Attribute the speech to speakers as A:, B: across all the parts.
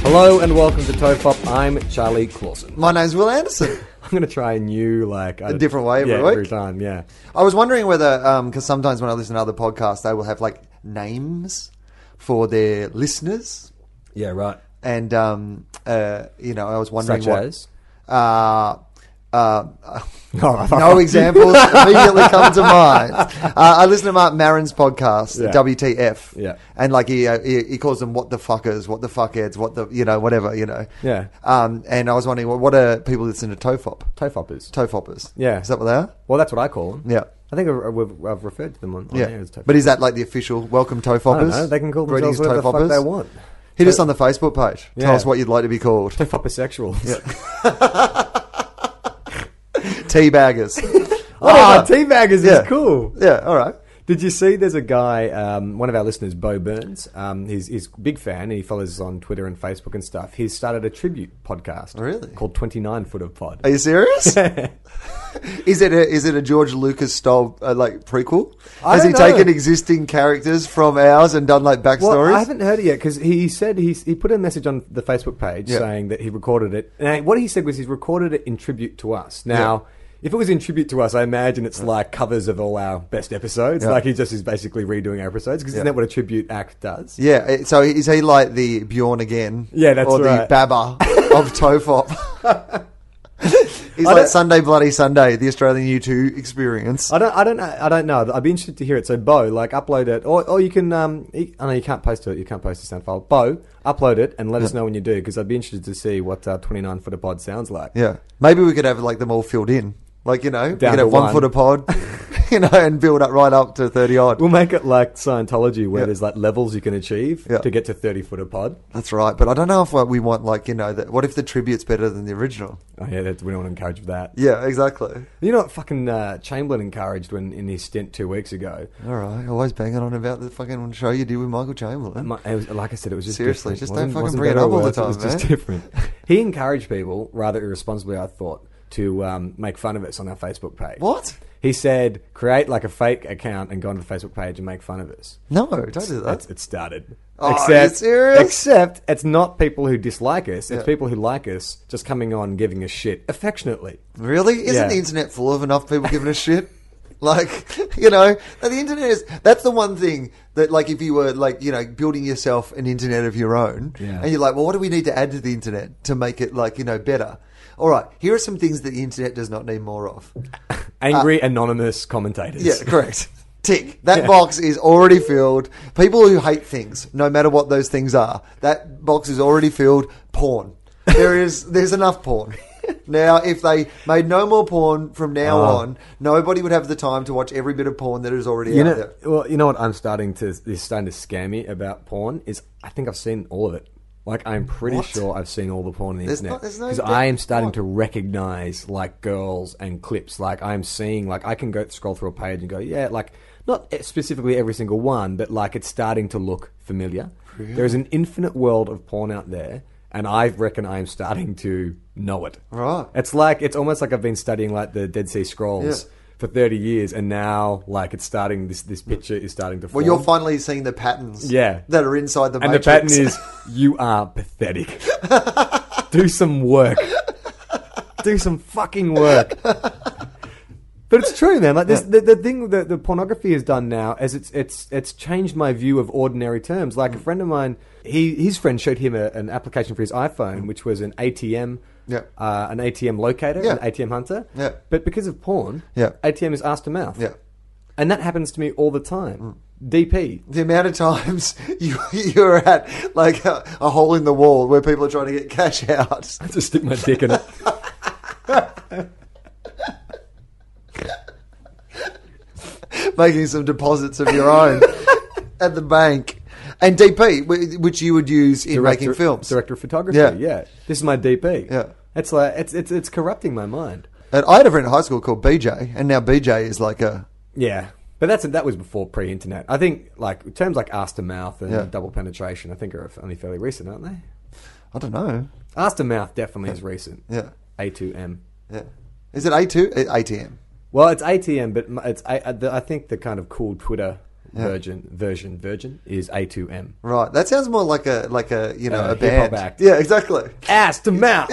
A: Hello and welcome to Tofop. I'm Charlie Clausen.
B: My name's Will Anderson.
A: I'm going to try a new, like, a
B: different way every
A: yeah,
B: week?
A: every time. Yeah,
B: I was wondering whether, because sometimes when I listen to other podcasts, they will have like names for their listeners,
A: yeah, right.
B: and um, uh, you know, I was wondering
A: Such
B: what.
A: as
B: Uh, uh,
A: Oh,
B: no examples immediately come to mind. Uh, I listen to Mark Marin's podcast,
A: Yeah.
B: WTF,
A: Yeah.
B: and like he, uh, he he calls them what the fuckers, what the fuckheads, what the you know whatever you know.
A: Yeah.
B: Um, and I was wondering what, what are people listening to Tofop?
A: Tofoppers.
B: Tofoppers.
A: Yeah.
B: Is that what they are?
A: Well, that's what I call them.
B: Yeah.
A: I think I've, I've, I've referred to them on, on
B: Yeah,
A: air as Tofoppers.
B: but is that like the official welcome Tofoppers?
A: I don't know. They can call themselves
B: Greetings,
A: whatever the fuck
B: Tofoppers.
A: they want.
B: Hit us on the Facebook page.
A: Yeah.
B: Tell us what you'd like to be called.
A: Tofoppersexuals. Yeah.
B: Teabaggers.
A: oh, teabaggers
B: Yeah.
A: is cool.
B: Ah, yeah, all right.
A: Did you see? There's a guy, um, one of our listeners, Bo Burns. Um, he's he's a big fan. He follows us on Twitter and Facebook and stuff. He's started a tribute podcast.
B: Really?
A: Called Twenty Nine Foot of Pod.
B: Are you serious? is it a, is it a George Lucas style uh, like prequel?
A: I
B: Has he
A: don't know.
B: taken existing characters from ours and done like backstories?
A: Well, I haven't heard it yet because he said he he put a message on the Facebook page
B: Yeah.
A: saying that he recorded it. And what he said was he's recorded it in tribute to us. Now, if it was in tribute to us, I imagine it's like covers of all our best episodes.
B: Yeah.
A: Like he just is basically redoing our episodes because isn't
B: Yeah.
A: that what a tribute act does?
B: yeah. eh, So is he like the Bjorn again?
A: Yeah, that's
B: or
A: right.
B: the Baba of Tofop. He's
A: I
B: like
A: don't-
B: Sunday Bloody Sunday, the Australian U two experience.
A: I don't, I don't, I don't know. I'd be interested to hear it. So, Bo, like, upload it, or, or you can. Um, e- I know you can't post it. You can't post a sound file. Bo, upload it and let us know when you do, because I'd be interested to see what uh, twenty nine foot a pod sounds like.
B: Yeah. Maybe we could have like them all filled in. Like, you know, we
A: Down
B: could
A: to
B: have one,
A: one.
B: foot a pod, you know, and build up right up to 30 odd.
A: We'll make it like Scientology, where
B: Yeah.
A: there's like levels you can achieve
B: Yeah.
A: to get to thirty foot a pod.
B: That's right. But I don't know if like, we want, like, you know, that. what if the tribute's better than the original?
A: Oh yeah, that, we don't want to encourage that.
B: Yeah, exactly.
A: You know what? Fucking uh, Chamberlain encouraged when in his stint two weeks ago.
B: All right. Always banging on about the fucking show you did with Michael Chamberlain.
A: My- it was- like I said, it was just
B: Seriously,
A: different.
B: just
A: Wasn't-
B: don't fucking
A: wasn't
B: bring it
A: better
B: up
A: or
B: all the
A: worse, It
B: time,
A: was just
B: man.
A: different. He encouraged people rather irresponsibly, I thought, to um, make fun of us on our Facebook page.
B: What?
A: He said, create like a fake account and go onto the Facebook page and make fun of us.
B: No, don't do that.
A: It's, it started.
B: Oh, are you serious?
A: Except it's not people who dislike us. It's
B: Yeah.
A: people who like us just coming on giving us shit affectionately.
B: Really? Isn't
A: Yeah.
B: the internet full of enough people giving a shit? Like, you know, the internet is that's the one thing that, like, if you were like, you know, building yourself an internet of your own,
A: Yeah.
B: and you're like, well, what do we need to add to the internet to make it like, you know, better? All right, here are some things that the internet does not need more of.
A: Angry, anonymous commentators.
B: Uh, Yeah, correct. Tick. That box is already filled. People who hate things, no matter what those things are, that box is already filled. Porn. There is. There's enough porn. Now, if they made no more porn from now
A: Ah.
B: on, nobody would have the time to watch every bit of porn that is already
A: You
B: out
A: know,
B: there.
A: well, you know what I'm starting to is starting to scare me about porn is I think I've seen all of it. Like I'm pretty
B: What?
A: sure I've seen all the porn on the
B: There's
A: internet
B: not- there's no
A: because
B: bit-
A: I am starting
B: what?
A: to recognize like girls and clips. Like I'm seeing like I can go scroll through a page and go yeah like not e, specifically every single one, but like it's starting to look familiar. There is an infinite world of porn out there. And I reckon I'm starting to know it.
B: Right.
A: It's like it's almost like I've been studying like the Dead Sea Scrolls
B: Yeah.
A: for 30 years and now like it's starting this this picture is starting to form.
B: Well, you're finally seeing the patterns.
A: Yeah.
B: That are inside the
A: and the
B: matrix.
A: pattern is you are pathetic do some work do some fucking work but it's true man like this the, the thing that the pornography has done now is it's it's it's changed my view of ordinary terms like a friend of mine he his friend showed him a, an application for his iphone which was an atm
B: Yeah.
A: uh, an atm locator
B: Yeah.
A: an atm hunter
B: Yeah.
A: but because of porn
B: Yeah.
A: atm is ass to mouth
B: Yeah.
A: and that happens to me all the time dp
B: the amount of times you you're at like a, a hole in the wall where people are trying to get cash out.
A: Just stick my dick in it.
B: making some deposits of your own at the bank. And DP, wh- which you would use in making films.
A: Director of photography. Yeah.
B: Yeah.
A: This is my DP.
B: Yeah.
A: It's like it's it's it's corrupting my mind.
B: And I had a friend in high school called BJ, and now BJ is like a.
A: Yeah. But that's that was before pre-internet. I think like terms like ass to mouth and
B: Yeah.
A: double penetration. I think are only fairly recent, aren't they?
B: I don't know.
A: Ass to mouth definitely is recent.
B: Yeah.
A: A2M.
B: Yeah. Is it A2? A- ATM.
A: Well, it's ATM, but m- it's I, I, the, I think the kind of cool Twitter Virgin version version is A2M.
B: Right. That sounds more like a like a you know
A: Uh,
B: a
A: hip-hop
B: band.
A: act.
B: Yeah, exactly.
A: Ass to mouth.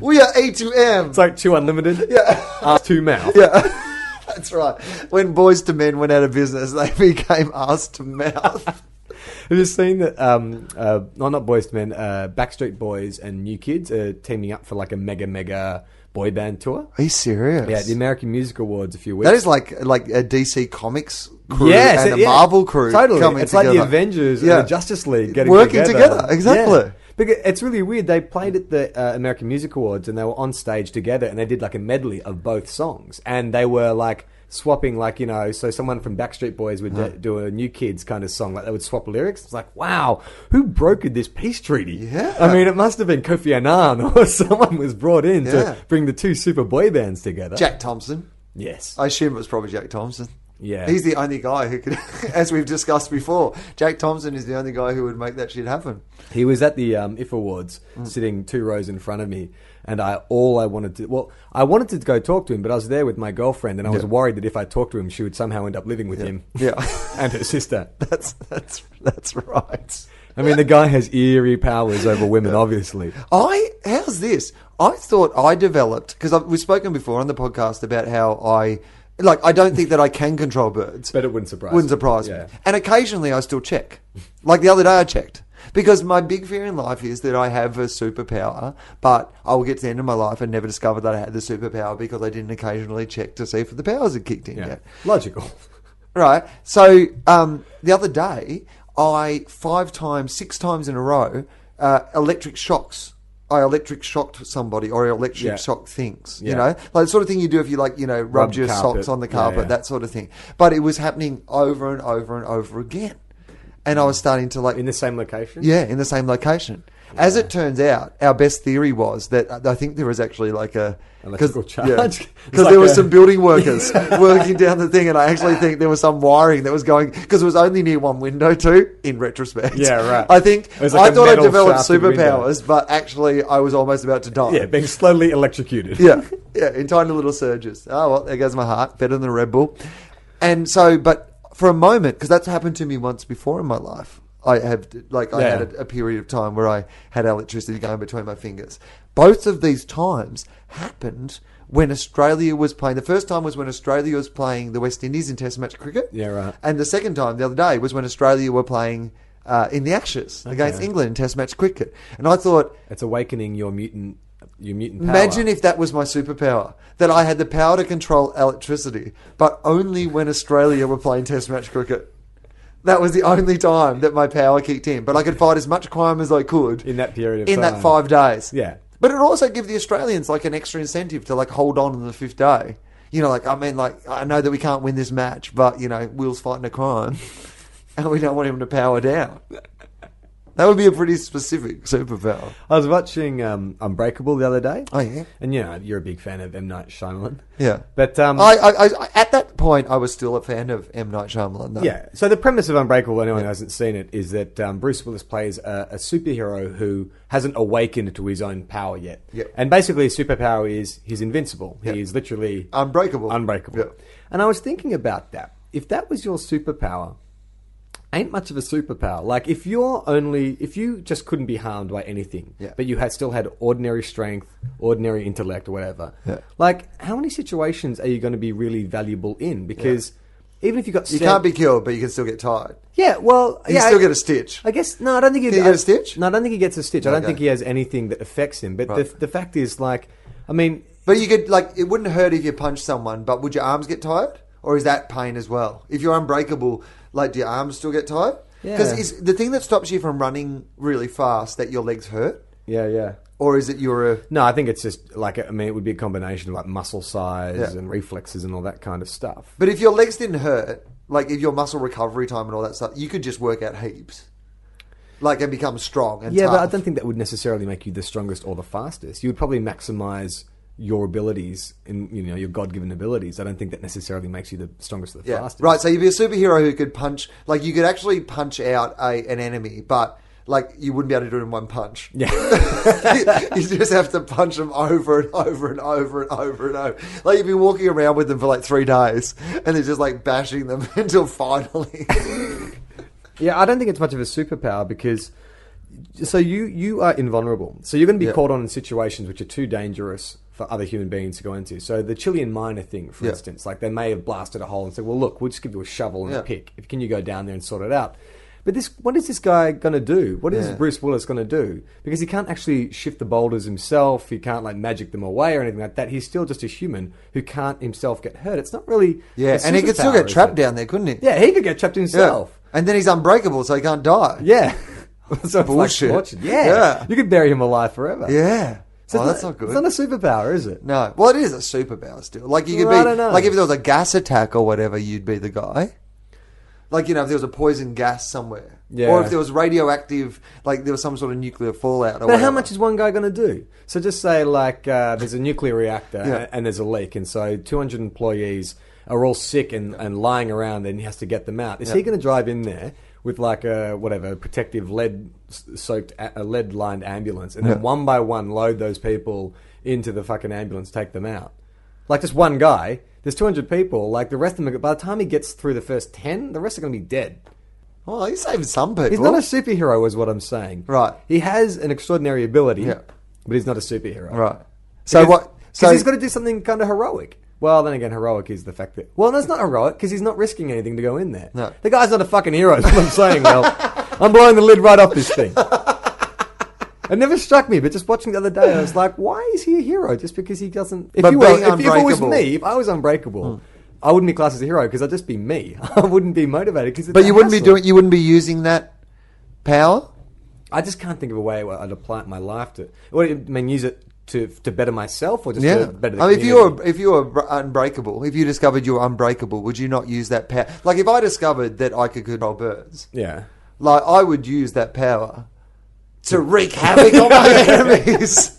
B: We are A to M.
A: It's like two unlimited.
B: yeah,
A: Ass to mouth.
B: yeah. That's right. When Boys to Men went out of business, they became ass to mouth.
A: Have you seen that? Um, uh, no, not Boys to Men. Uh, Backstreet Boys and New Kids are teaming up for like a mega mega boy band tour.
B: Are you serious?
A: Yeah, the American Music Awards a few weeks.
B: that is like like a DC Comics crew
A: Yes,
B: and a
A: yeah.
B: Marvel crew
A: Totally,
B: coming
A: it's
B: together.
A: like the Avengers
B: Yeah.
A: and the Justice League getting
B: Working
A: together.
B: together, exactly.
A: Yeah. Because it's really weird. They played at the uh, American Music Awards and they were on stage together and they did like a medley of both songs and they were like swapping like you know so someone from Backstreet Boys would
B: Uh-huh.
A: do, do a New Kids kind of song like they would swap lyrics. It's like wow, who brokered this peace treaty?
B: Yeah.
A: I mean it must have been Kofi Annan or someone was brought in
B: Yeah.
A: to bring the two super boy bands together.
B: Jack Thompson.
A: Yes.
B: I assume it was probably Jack Thompson.
A: Yeah.
B: He's the only guy who could, as we've discussed before, Jack Thompson is the only guy who would make that shit happen.
A: He was at the um, IF Awards,
B: Mm.
A: sitting two rows in front of me, and I all I wanted to well, I wanted to go talk to him, but I was there with my girlfriend, and I was worried that if I talked to him, she would somehow end up living with him.
B: Yeah.
A: and her sister.
B: That's that's that's right.
A: I mean, the guy has eerie powers over women, obviously.
B: I how's this? I thought I developed because we've spoken before on the podcast about how I like I don't think that I can control birds.
A: But it wouldn't surprise
B: wouldn't
A: me.
B: surprise
A: Yeah.
B: me. And occasionally I still check. Like the other day I checked because my big fear in life is that I have a superpower, but I will get to the end of my life and never discover that I had the superpower because I didn't occasionally check to see if the powers had kicked in
A: Yeah.
B: yet.
A: Logical.
B: Right. So um, the other day, I five times, six times in a row, uh, electric shocks. I electric shocked somebody or electric
A: Yeah.
B: shocked things. You
A: Yeah.
B: know, like the sort of thing you do if you like, you know, rubbed
A: Rub
B: your
A: carpet.
B: socks on the
A: Yeah,
B: carpet,
A: yeah.
B: that sort of thing. But it was happening over and over and over again, and I was starting to like
A: In the same location?
B: yeah, in the same location. As it turns out, our best theory was that uh, I think there was actually like a
A: Electrical charge.
B: because
A: It's like
B: there were
A: a-
B: some building workers working down the thing, and I actually think there was some wiring that was going because it was only near one window too. In retrospect,
A: Yeah, right.
B: I think
A: It was like
B: I
A: a
B: thought I
A: metal
B: developed
A: shafted window.
B: superpowers, but actually I was almost about to die.
A: Yeah, being slowly electrocuted.
B: Yeah, yeah, in tiny little surges. Oh well, there goes my heart. Better than a Red Bull. And so, but for a moment, because that's happened to me once before in my life. I have like I
A: Yeah.
B: had a, a period of time where I had electricity going between my fingers. Both of these times happened when Australia was playing. The first time was when Australia was playing the West Indies in Test match cricket.
A: Yeah, right.
B: And the second time, the other day, was when Australia were playing uh, in the Ashes against
A: Okay.
B: England in Test match cricket. And I thought,
A: It's awakening your mutant your mutant power.
B: Imagine if that was my superpower, that I had the power to control electricity, but only when Australia were playing Test match cricket. That was the only time that my power kicked in. But I could fight as much crime as I could
A: in that period of
B: in
A: time.
B: that five days.
A: Yeah.
B: But it also give the Australians like an extra incentive to like hold on on the fifth day. You know, like I mean, like I know that we can't win this match, but you know, Will's fighting a crime, and we don't want him to power down. That would be a pretty specific superpower.
A: I was watching um, Unbreakable the other day.
B: Oh yeah.
A: And you know, you're a big fan of M. Night Shyamalan.
B: Yeah.
A: But um,
B: I, I, I, at that point, I was still a fan of M. Night Shyamalan, though.
A: Yeah. So the premise of Unbreakable, anyone who hasn't seen it, is that um, Bruce Willis plays a, a superhero who hasn't awakened to his own power yet.
B: Yep.
A: And basically, his superpower is he's invincible.
B: Yep.
A: He is literally
B: Unbreakable.
A: unbreakable.
B: Yep.
A: And I was thinking about that. If that was your superpower, ain't much of a superpower. Like if you're only if you just couldn't be harmed by anything,
B: Yeah.
A: but you had still had ordinary strength, ordinary intellect, or whatever.
B: Yeah.
A: Like how many situations are you going to be really valuable in? Because even if you got
B: You
A: sent-
B: can't be killed, but you can still get tired.
A: yeah, well,
B: You
A: yeah,
B: can still
A: I-
B: get a stitch.
A: I guess no. I don't think he
B: Can he get a stitch?
A: No, I don't think he gets a stitch. I don't
B: Okay.
A: think he has anything that affects him. But the,
B: Right.
A: the fact is, like, I mean,
B: But you could, like, it wouldn't hurt if you punched someone, but would your arms get tired? Or is that pain as well? If you're unbreakable, like, do your arms still get tired?
A: Yeah.
B: Because the thing that stops you from running really fast that your legs hurt?
A: yeah, yeah.
B: Or is it you're a.
A: No, I think it's just like I mean, it would be a combination of like muscle size
B: Yeah.
A: and reflexes and all that kind of stuff.
B: But if your legs didn't hurt, like, if your muscle recovery time and all that stuff, you could just work out heaps. Like, and become strong and
A: Yeah, but I
B: tough.
A: don't think that would necessarily make you the strongest or the fastest. You would probably maximize your abilities and you know your god-given abilities. I don't think that necessarily makes you the strongest or the
B: Yeah.
A: fastest.
B: Right. So you'd be a superhero who could punch, like you could actually punch out a, an enemy, but like you wouldn't be able to do it in one punch.
A: Yeah.
B: you just have to punch them over and over and over and over and over. Like you'd be walking around with them for like three days, and they're just like bashing them until finally.
A: yeah, I don't think it's much of a superpower because so you you are invulnerable. So you're going to be
B: Yeah.
A: caught on in situations which are too dangerous for other human beings to go into. So the Chilean miner thing, for
B: Yeah.
A: instance, like they may have blasted a hole and said, "Well, look, we'll just give you a shovel and a
B: Yeah.
A: pick. If can you go down there and sort it out." But this, what is this guy going to do? What is
B: Yeah.
A: Bruce Willis going to do? Because he can't actually shift the boulders himself. He can't like magic them away or anything like that. He's still just a human who can't himself get hurt. It's not really
B: yeah,
A: a
B: and he could still
A: superpower,
B: get
A: is
B: trapped
A: it?
B: down there, couldn't he?
A: Yeah, he could get trapped himself.
B: And then he's unbreakable, so he can't die.
A: Yeah. so it's
B: Bullshit.
A: Like torture. yeah.
B: Yeah.
A: You could bury him alive forever.
B: Yeah.
A: So
B: oh,
A: it's
B: that's not good.
A: It's not a superpower, is it?
B: No. Well, it is a superpower still. Like you could
A: Well, I
B: be,
A: don't know.
B: like if there was a gas attack or whatever, you'd be the guy. Like you know, if there was a poison gas somewhere,
A: Yeah.
B: or if there was radioactive, like there was some sort of nuclear fallout.
A: But
B: Or
A: how
B: whatever.
A: much is one guy going to do? So just say, like, uh, there's a nuclear reactor
B: Yeah.
A: and there's a leak, and so 200 employees are all sick and, and lying around, and he has to get them out. Is he going to drive in there with, like, a whatever, protective lead soaked, a lead lined ambulance, and then one by one load those people into the fucking ambulance, take them out? Like, just one guy, there's 200 people, like, the rest of them, are- by the time he gets through the first 10, the rest are going to be dead.
B: Well, he's saving some people.
A: He's not a superhero, is what I'm saying.
B: Right.
A: He has an extraordinary ability,
B: Yeah.
A: but he's not a superhero.
B: right. So
A: Because-
B: what?
A: Because
B: So
A: he's got to do something kind of heroic. Well, then again, heroic is the fact that. Well, that's not heroic because he's not risking anything to go in there.
B: No.
A: The guy's not a fucking hero, is what I'm saying, Well, I'm blowing the lid right off this thing. It never struck me, but just watching the other day, I was like, why is he a hero? Just because he doesn't. If,
B: But
A: you were,
B: being
A: if, if it was
B: unbreakable. Hmm.
A: me, if I was unbreakable, I wouldn't be classed as a hero because I'd just be me. I wouldn't be motivated. Cause it's
B: but
A: a
B: you wouldn't be
A: hassle.
B: doing. You wouldn't be using that power.
A: I just can't think of a way where I'd apply it in my life to. What do you mean? Use it to to better myself or just
B: Yeah.
A: to better the
B: I mean, if you
A: community?
B: were if you were br- unbreakable, if you discovered you were unbreakable, would you not use that power? Like if I discovered that I could control birds,
A: yeah.
B: like I would use that power to wreak havoc on my enemies.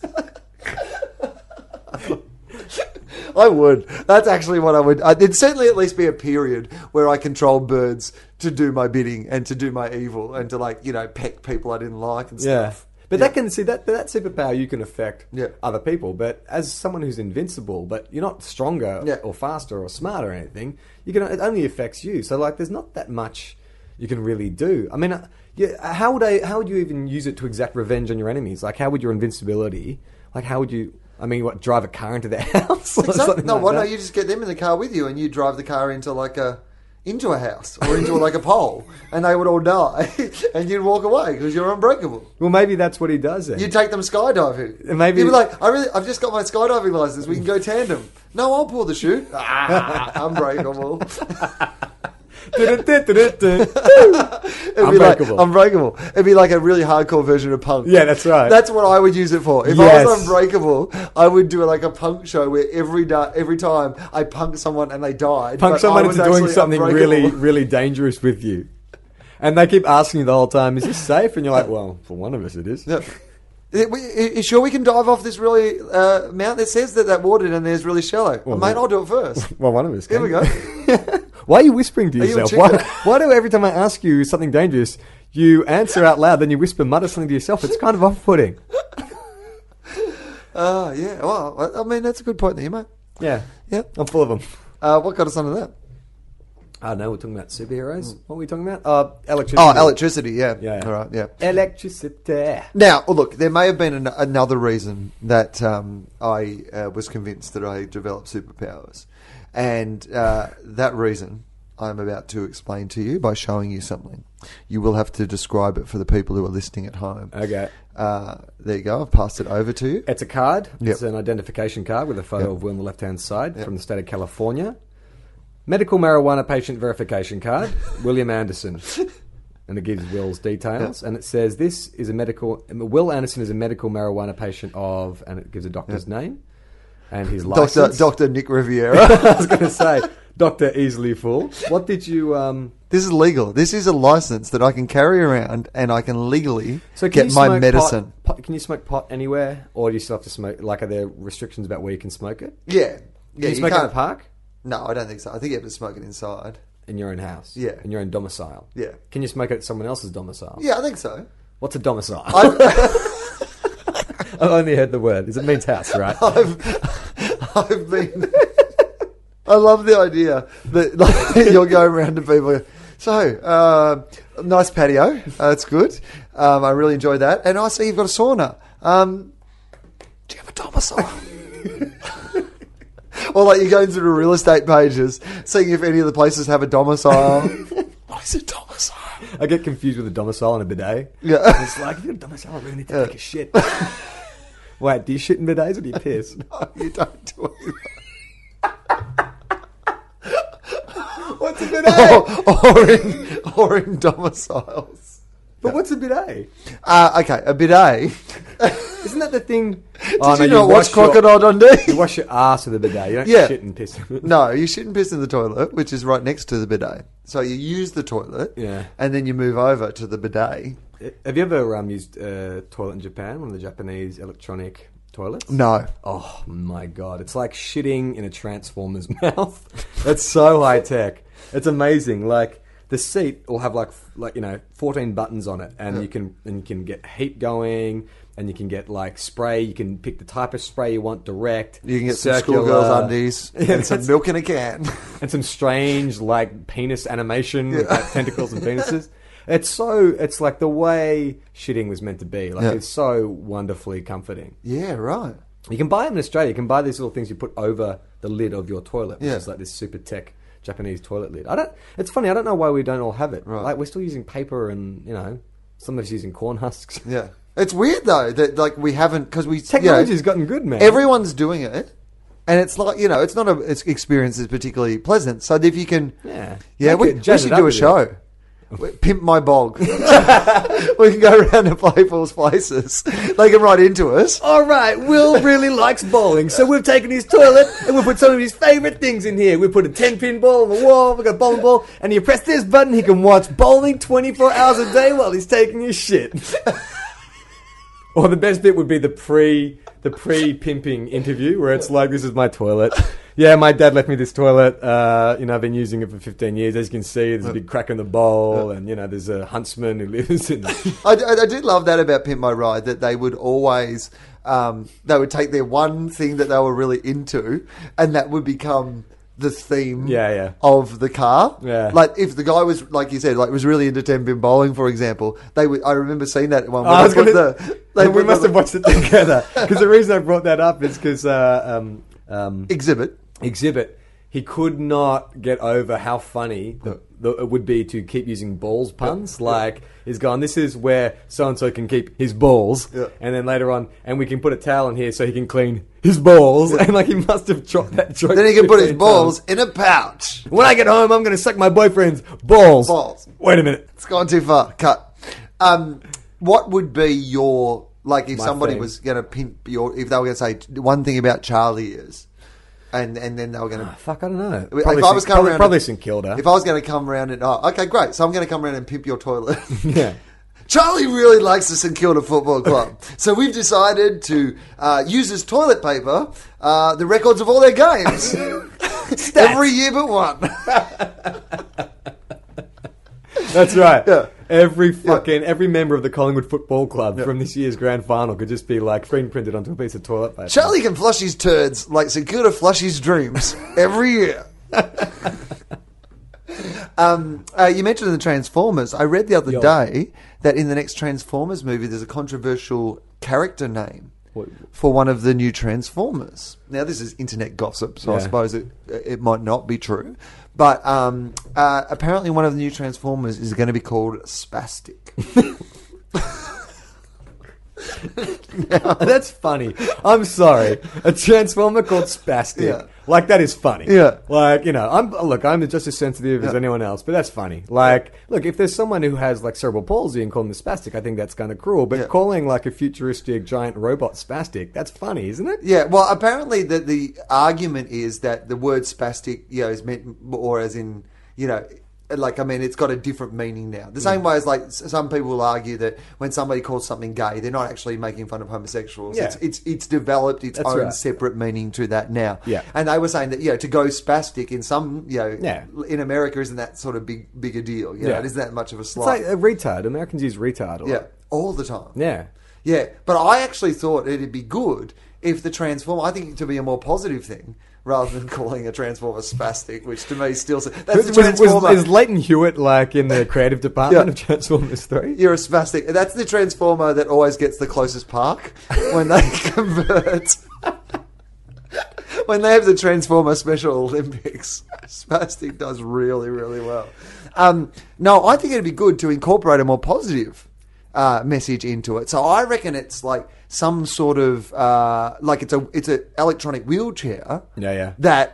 B: I would. That's actually what I would. I, there'd certainly at least be a period where I control birds to do my bidding and to do my evil and to like you know peck people I didn't like and
A: Yeah.
B: stuff.
A: But that can see that that superpower you can affect
B: Yeah.
A: other people. But as someone who's invincible, but you're not stronger
B: Yeah.
A: or faster or smarter or anything, you can it only affects you. So like, there's not that much you can really do. I mean, uh, yeah, how would I? How would you even use it to exact revenge on your enemies? Like, how would your invincibility? Like, how would you? I mean, what drive a car into their house? Or
B: Exactly.
A: something
B: No,
A: like
B: why
A: that?
B: don't you just get them in the car with you and you drive the car into like a into a house or into like a pole and they would all die and you'd walk away because you're unbreakable.
A: Well, maybe that's what he does. Then.
B: You take them skydiving.
A: And maybe-
B: you'd be like, I really, I've just got my skydiving license. We can go tandem. No, I'll pull the chute. Ah, unbreakable. It'd be like
A: Unbreakable.
B: unbreakable. It'd be like a really hardcore version of punk.
A: Yeah, that's right.
B: That's what I would use it for. If I
A: Yes.
B: was unbreakable, I would do like a punk show where every da- every time I punked someone and they died. but I
A: Punk someone
B: was
A: into doing
B: actually
A: something really,
B: unbreakable.
A: really dangerous with you. And they keep asking you the whole time, is this safe? And you're like, well, for one of us it is.
B: Yeah. It- we- it- you sure we can dive off this really uh, mountain that says that that watered and there's really shallow? Mate,
A: well-
B: I'll do it first.
A: Well, one of us
B: Here
A: can.
B: we go.
A: Why are you whispering to
B: Are you a
A: yourself? why,
B: chicken?
A: why do every time I ask you something dangerous, you answer out loud, then you whisper, mutter something to yourself? It's kind of off putting.
B: Uh, yeah, well, I- I mean, that's a good point there, mate.
A: Yeah.
B: Yeah.
A: I'm full of them.
B: Uh, what got us onto that?
A: I don't know, we're talking about superheroes. What were we talking about? Uh, electricity.
B: Oh, electricity, yeah.
A: Yeah.
B: All right, yeah.
A: Electricity.
B: Now, oh, look, there may have been an- another reason that um, I uh, was convinced that I developed superpowers. And uh, that reason I'm about to explain to you by showing you something. You will have to describe it for the people who are listening at home.
A: Okay.
B: Uh, there you go. I've passed it over to you.
A: It's a card.
B: Yep.
A: It's an identification card with a photo
B: Yep.
A: of Will on the left hand side
B: Yep.
A: from the state of California. Medical marijuana patient verification card, William Anderson. And it gives Will's details. And it says this is a medical. Will Anderson is a medical marijuana patient of. And it gives a doctor's name and his
B: Doctor,
A: license.
B: Doctor Nick Riviera.
A: I was going to say, Dr. Easily Fool. What did you. Um,
B: this is legal. This is a license that I can carry around and I can legally
A: so can
B: get
A: you
B: my
A: smoke
B: medicine.
A: Pot, pot, can you smoke pot anywhere? Or do you still have to smoke. Like, are there restrictions about where you can smoke it?
B: Yeah. Yeah,
A: Can you smoke it in a park?
B: No, I don't think so. I think you have to smoke it inside.
A: In your own house?
B: Yeah.
A: In your own domicile?
B: Yeah.
A: Can you smoke it at someone else's domicile?
B: Yeah, I think so.
A: What's a domicile? I've
B: I've,
A: only heard the word. It means house, right?
B: I've, I've been. I love the idea that like, you're going around to people. So, uh, nice patio. Uh, it's good. Um, I really enjoyed that. And I see you've got a sauna. Um, do you have a domicile? or like you're going through the real estate pages, seeing if any of the places have a domicile.
A: Um,
B: what is a domicile?
A: I get confused with a domicile and a bidet.
B: Yeah.
A: It's like, if you're a domicile, I really need to take a shit. Wait, do you shit in bidets or do you piss?
B: you don't do it.
A: What's a bidet? Oh,
B: or, or in, or in domiciles.
A: But what's a bidet?
B: Uh, okay, a bidet.
A: Isn't that Oh, the thing? Did
B: Did you not watch Crocodile
A: Your, you
B: Dundee?
A: wash your ass with a bidet. You don't
B: Yeah.
A: shit and piss.
B: No, you shouldn't piss in the toilet, which is right next to the bidet. So you use the toilet,
A: Yeah.
B: and then you move over to the bidet.
A: Have you ever um, used uh, toilet in Japan? One of the Japanese electronic toilets?
B: No,
A: Oh my god, it's like shitting in a transformer's mouth. That's so high tech. It's amazing. Like the seat will have like f- like you know 14 buttons on it and you can and you can get heat going and you can get like spray, you can pick the type of spray you want direct.
B: you can get some
A: circular,
B: schoolgirls' undies
A: Yeah,
B: and some
A: that's-
B: milk in a can.
A: and some strange like penis animation with like, tentacles and penises. It's so it's like the way shitting was meant to be. Like
B: Yeah.
A: it's so wonderfully comforting.
B: yeah, right.
A: You can buy them in Australia. You can buy these little things you put over the lid of your toilet, which
B: Yeah.
A: is like this super tech Japanese toilet lid. I don't. It's funny. I don't know why we don't all have it.
B: Right.
A: Like we're still using paper, and you know, some of us using corn husks.
B: Yeah, it's weird though that like we haven't because we you know,
A: Technology's gotten good, man.
B: everyone's doing it, and it's like you know it's not a it's experience is particularly pleasant. So if you can,
A: Yeah.
B: yeah,
A: Make
B: we,
A: it-
B: we
A: jazz
B: should
A: it up
B: do
A: a
B: a
A: bit.
B: show. We- Pimp my bog. we can go around to people's places. They can write into us.
A: All right, Will really likes bowling, so we've taken his toilet and we've put some of his favourite things in here. We put a 10 pin ball on the wall, we've got a bowling ball, and you press this button, he can watch bowling 24 hours a day while he's taking his shit. or the best bit would be the pre the pre pimping interview where it's like, this is my toilet. Yeah, my dad left me this toilet. Uh, you know, I've been using it for 15 years. As you can see, there's a big crack in the bowl, and, you know, there's a huntsman who lives in the.
B: I, I- I did love that about Pimp My Ride that they would always um, they would take their one thing that they were really into, and that would become the theme
A: Yeah, yeah.
B: of the car.
A: Yeah.
B: Like if the guy was like you said, like was really into ten pin bowling, for example, they would. I remember seeing that at one.
A: I
B: where
A: was
B: they
A: gonna,
B: put the- they
A: we
B: put
A: must
B: the
A: have watched it together because the reason I brought that up is because uh, um, um,
B: exhibit.
A: exhibit he could not get over how funny the, the, it would be to keep using balls puns. Like he's gone, this is where so and so can keep his balls,
B: Yeah.
A: and then later on, and we can put a towel in here so he can clean his balls. And like he must have dropped that joke.
B: Then he can put his
A: 15
B: balls
A: times.
B: in a pouch.
A: When I get home, I'm going to suck my boyfriend's balls.
B: Balls.
A: Wait a minute.
B: It's gone too far. Cut. Um, what would be your like if
A: My
B: somebody
A: thing.
B: was going to pimp your if they were going to say t- one thing about Charlie is, and and then they were going to.
A: Fuck, I don't know.
B: If
A: Probably
B: I was
A: St-
B: coming
A: probably,
B: around-
A: probably St Kilda.
B: If I was going to come around and oh, okay, great. So I'm going to come around and pimp your toilet.
A: yeah.
B: Charlie really likes the St Kilda Football Club, so we've decided to uh, use as toilet paper uh, the records of all their games every year but one.
A: That's right.
B: Yeah.
A: Every fucking every member of the Collingwood Football Club from this year's grand final could just be like screen printed onto a piece of toilet paper.
B: Charlie can flush his turds like Segura flushes dreams every year. um, uh, you mentioned the Transformers. I read the other
A: Yo.
B: day that in the next Transformers movie, there's a controversial character name
A: What-
B: for one of the new Transformers. Now, this is internet gossip, so I
A: Yeah.
B: suppose it, it might not be true. But um, uh, apparently, one of the new Transformers is going to be called Spastic.
A: That's funny. I'm sorry. A transformer called Spastic.
B: Yeah.
A: Like that is funny.
B: Yeah.
A: Like you know, I'm look. I'm just as sensitive as anyone else, but that's funny. Like, look, if there's someone who has like cerebral palsy and calling them spastic, I think that's kind of cruel. But
B: Yeah.
A: calling like a futuristic giant robot spastic, that's funny, isn't it?
B: Yeah, well, apparently the, the argument is that the word spastic, you know, is meant more as in, you know, like I mean, it's got a different meaning now. The
A: Mm.
B: same way as like s- some people will argue that when somebody calls something gay, they're not actually making fun of homosexuals.
A: Yeah.
B: It's, it's it's developed its
A: That's
B: own
A: right.
B: separate meaning to that now.
A: Yeah.
B: and they were saying that you know to go spastic in some you know
A: Yeah.
B: in America isn't that sort of big big a deal. You know,
A: Yeah.
B: it isn't that much of a
A: It's
B: slight.
A: like a retard. Americans use retard. A lot.
B: yeah, all the time.
A: Yeah.
B: Yeah, but I actually thought it'd be good if the transformer. I think to be a more positive thing rather than calling a transformer spastic, which to me still that's the
A: Was- was-
B: transformer.
A: is Leighton Hewitt like in the creative department
B: Yeah.
A: of Transformers Three?
B: You're a spastic. That's the transformer that always gets the closest park when they convert. when they have the transformer Special Olympics, spastic does really, really well. Um, no, I think it'd be good to incorporate a more positive uh, message into it. So I reckon it's like some sort of uh, like it's a it's an electronic wheelchair
A: Yeah, yeah.
B: that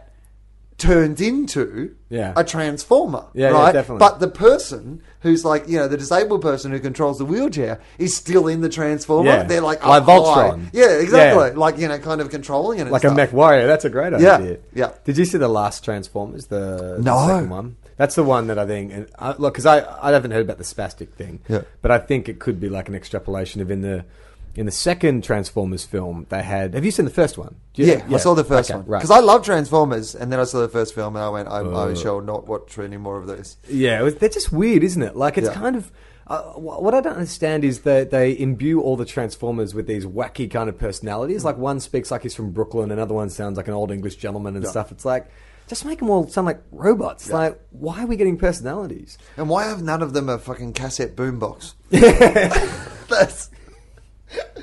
B: turns into
A: Yeah.
B: a transformer
A: Yeah, yeah,
B: right
A: definitely.
B: but the person who's like you know the disabled person who controls the wheelchair is still in the transformer
A: Yeah.
B: they're like
A: Like
B: up high.
A: Voltron.
B: yeah exactly
A: Yeah.
B: like you know kind of controlling it and
A: like
B: stuff.
A: a mech warrior. That's a great
B: Yeah,
A: idea.
B: yeah.
A: Did you see the last Transformers? The, the
B: No.
A: second one. That's the one that I think. And I, look, because I I haven't heard about the spastic thing.
B: Yeah.
A: But I think it could be like an extrapolation of in the in the second Transformers film they had. Have you seen the first one? Do you-
B: yeah, I saw the first
A: Okay,
B: one
A: Right. Uh.
B: because I love Transformers, and then I saw the first film, and I went, I, I shall not watch any more of this.
A: Yeah, it was, they're just weird, isn't it? Like it's
B: Yeah.
A: kind of uh, wh- what I don't understand is that they imbue all the Transformers with these wacky kind of
B: Hmm.
A: personalities. Like one speaks like he's from Brooklyn, another one sounds like an old English gentleman and stuff. It's like just make them all sound like robots. Like why are we getting personalities?
B: And why have none of them a fucking cassette boombox? That's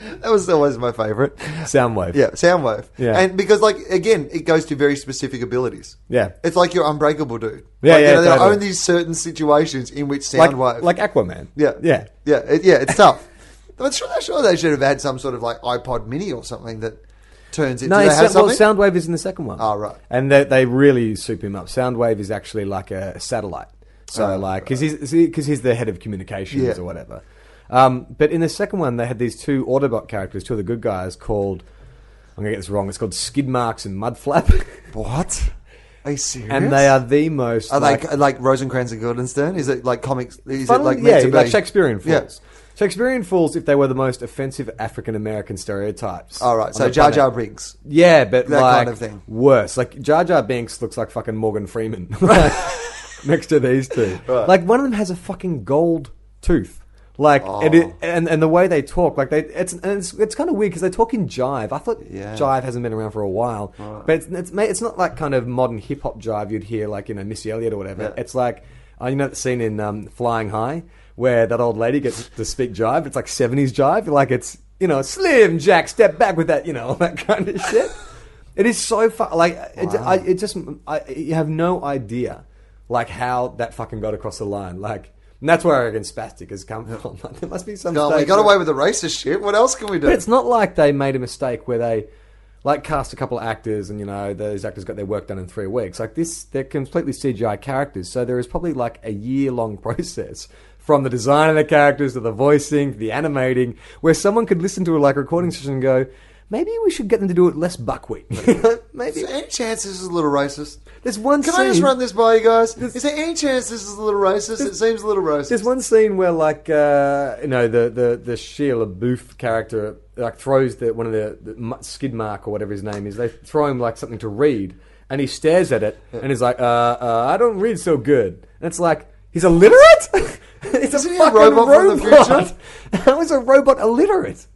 B: that was always my favorite.
A: Soundwave.
B: Yeah, Soundwave.
A: Yeah.
B: And because, like, again, it goes to very specific abilities.
A: Yeah.
B: It's like your unbreakable dude.
A: Yeah,
B: like,
A: yeah,
B: You know, there are
A: totally.
B: only certain situations in which
A: Like,
B: Soundwave.
A: like Aquaman.
B: yeah.
A: Yeah.
B: Yeah. It, yeah, it's tough. I'm sure, sure they should have had some sort of, like, iPod mini or something that turns into.
A: No,
B: they
A: it's,
B: have
A: well,
B: something?
A: Soundwave is in the second one.
B: Oh, right.
A: And they, they really soup him up. Soundwave is actually like a satellite. So,
B: Oh,
A: like, because he's, cause he's the head of communications
B: Yeah.
A: or whatever. Um, but in the second one, they had these two Autobot characters, two of the good guys, called, I'm going to get this wrong, it's called Skid Marks and Mudflap.
B: What? Are you serious?
A: and they are the most.
B: Are
A: like,
B: they like Rosencrantz and Guildenstern? Is it like comics? Is it
A: funnily-
B: like
A: yeah,
B: meant to
A: like
B: be?
A: Shakespearean
B: Yeah.
A: fools. Shakespearean fools, if they were the most offensive African American stereotypes.
B: All Ah, right,
A: on
B: so
A: the
B: Jar
A: planet.
B: Jar Binks.
A: Yeah, but
B: That
A: like
B: kind of thing.
A: worse. Like Jar Jar Binks looks like fucking Morgan Freeman like, next to these two. Like one of them has a fucking gold tooth. Like and
B: Oh.
A: it, and and the way they talk, like they it's and it's, it's kind of weird because they talk in jive. I thought
B: Yeah.
A: jive hasn't been around for a while, but it's, it's mate, it's not like kind of modern hip hop jive you'd hear like you know Missy Elliott or whatever.
B: Yeah.
A: It's like uh, you know that scene in um, Flying High where that old lady gets to speak jive. It's like seventies jive, like it's you know Slim Jack, step back with that, you know all that kind of shit. It is so far like it, I, it just I, you have no idea like how that fucking got across the line. Like and that's where I reckon spastic has come from. Like, there must be some.
B: God, we
A: stage
B: got
A: where-
B: away with the racist shit. What else can we do?
A: but it's not like they made a mistake where they like cast a couple of actors and you know those actors got their work done in three weeks. Like this, they're completely CGI characters, so there is probably like a year long process from the design of the characters to the voicing, to the animating, where someone could listen to a like recording session and go. Maybe we should get them to do it less buckwheat. Maybe
B: Is there any chance this is a little racist?
A: there's one.
B: Can
A: scene,
B: I just run this by you guys? Is there any chance this is a little racist? It seems a little
A: There's
B: racist.
A: one scene where, like, uh, you know, the, the, the Sheila Booth character, like, throws the, one of the, the mu- skid mark or whatever his name is. They throw him, like, something to read, and he stares at it, and he's like, uh, uh, I don't read so good. And it's like, he's illiterate? he's a
B: Isn't he a
A: fucking robot.
B: robot from the
A: How is a robot illiterate?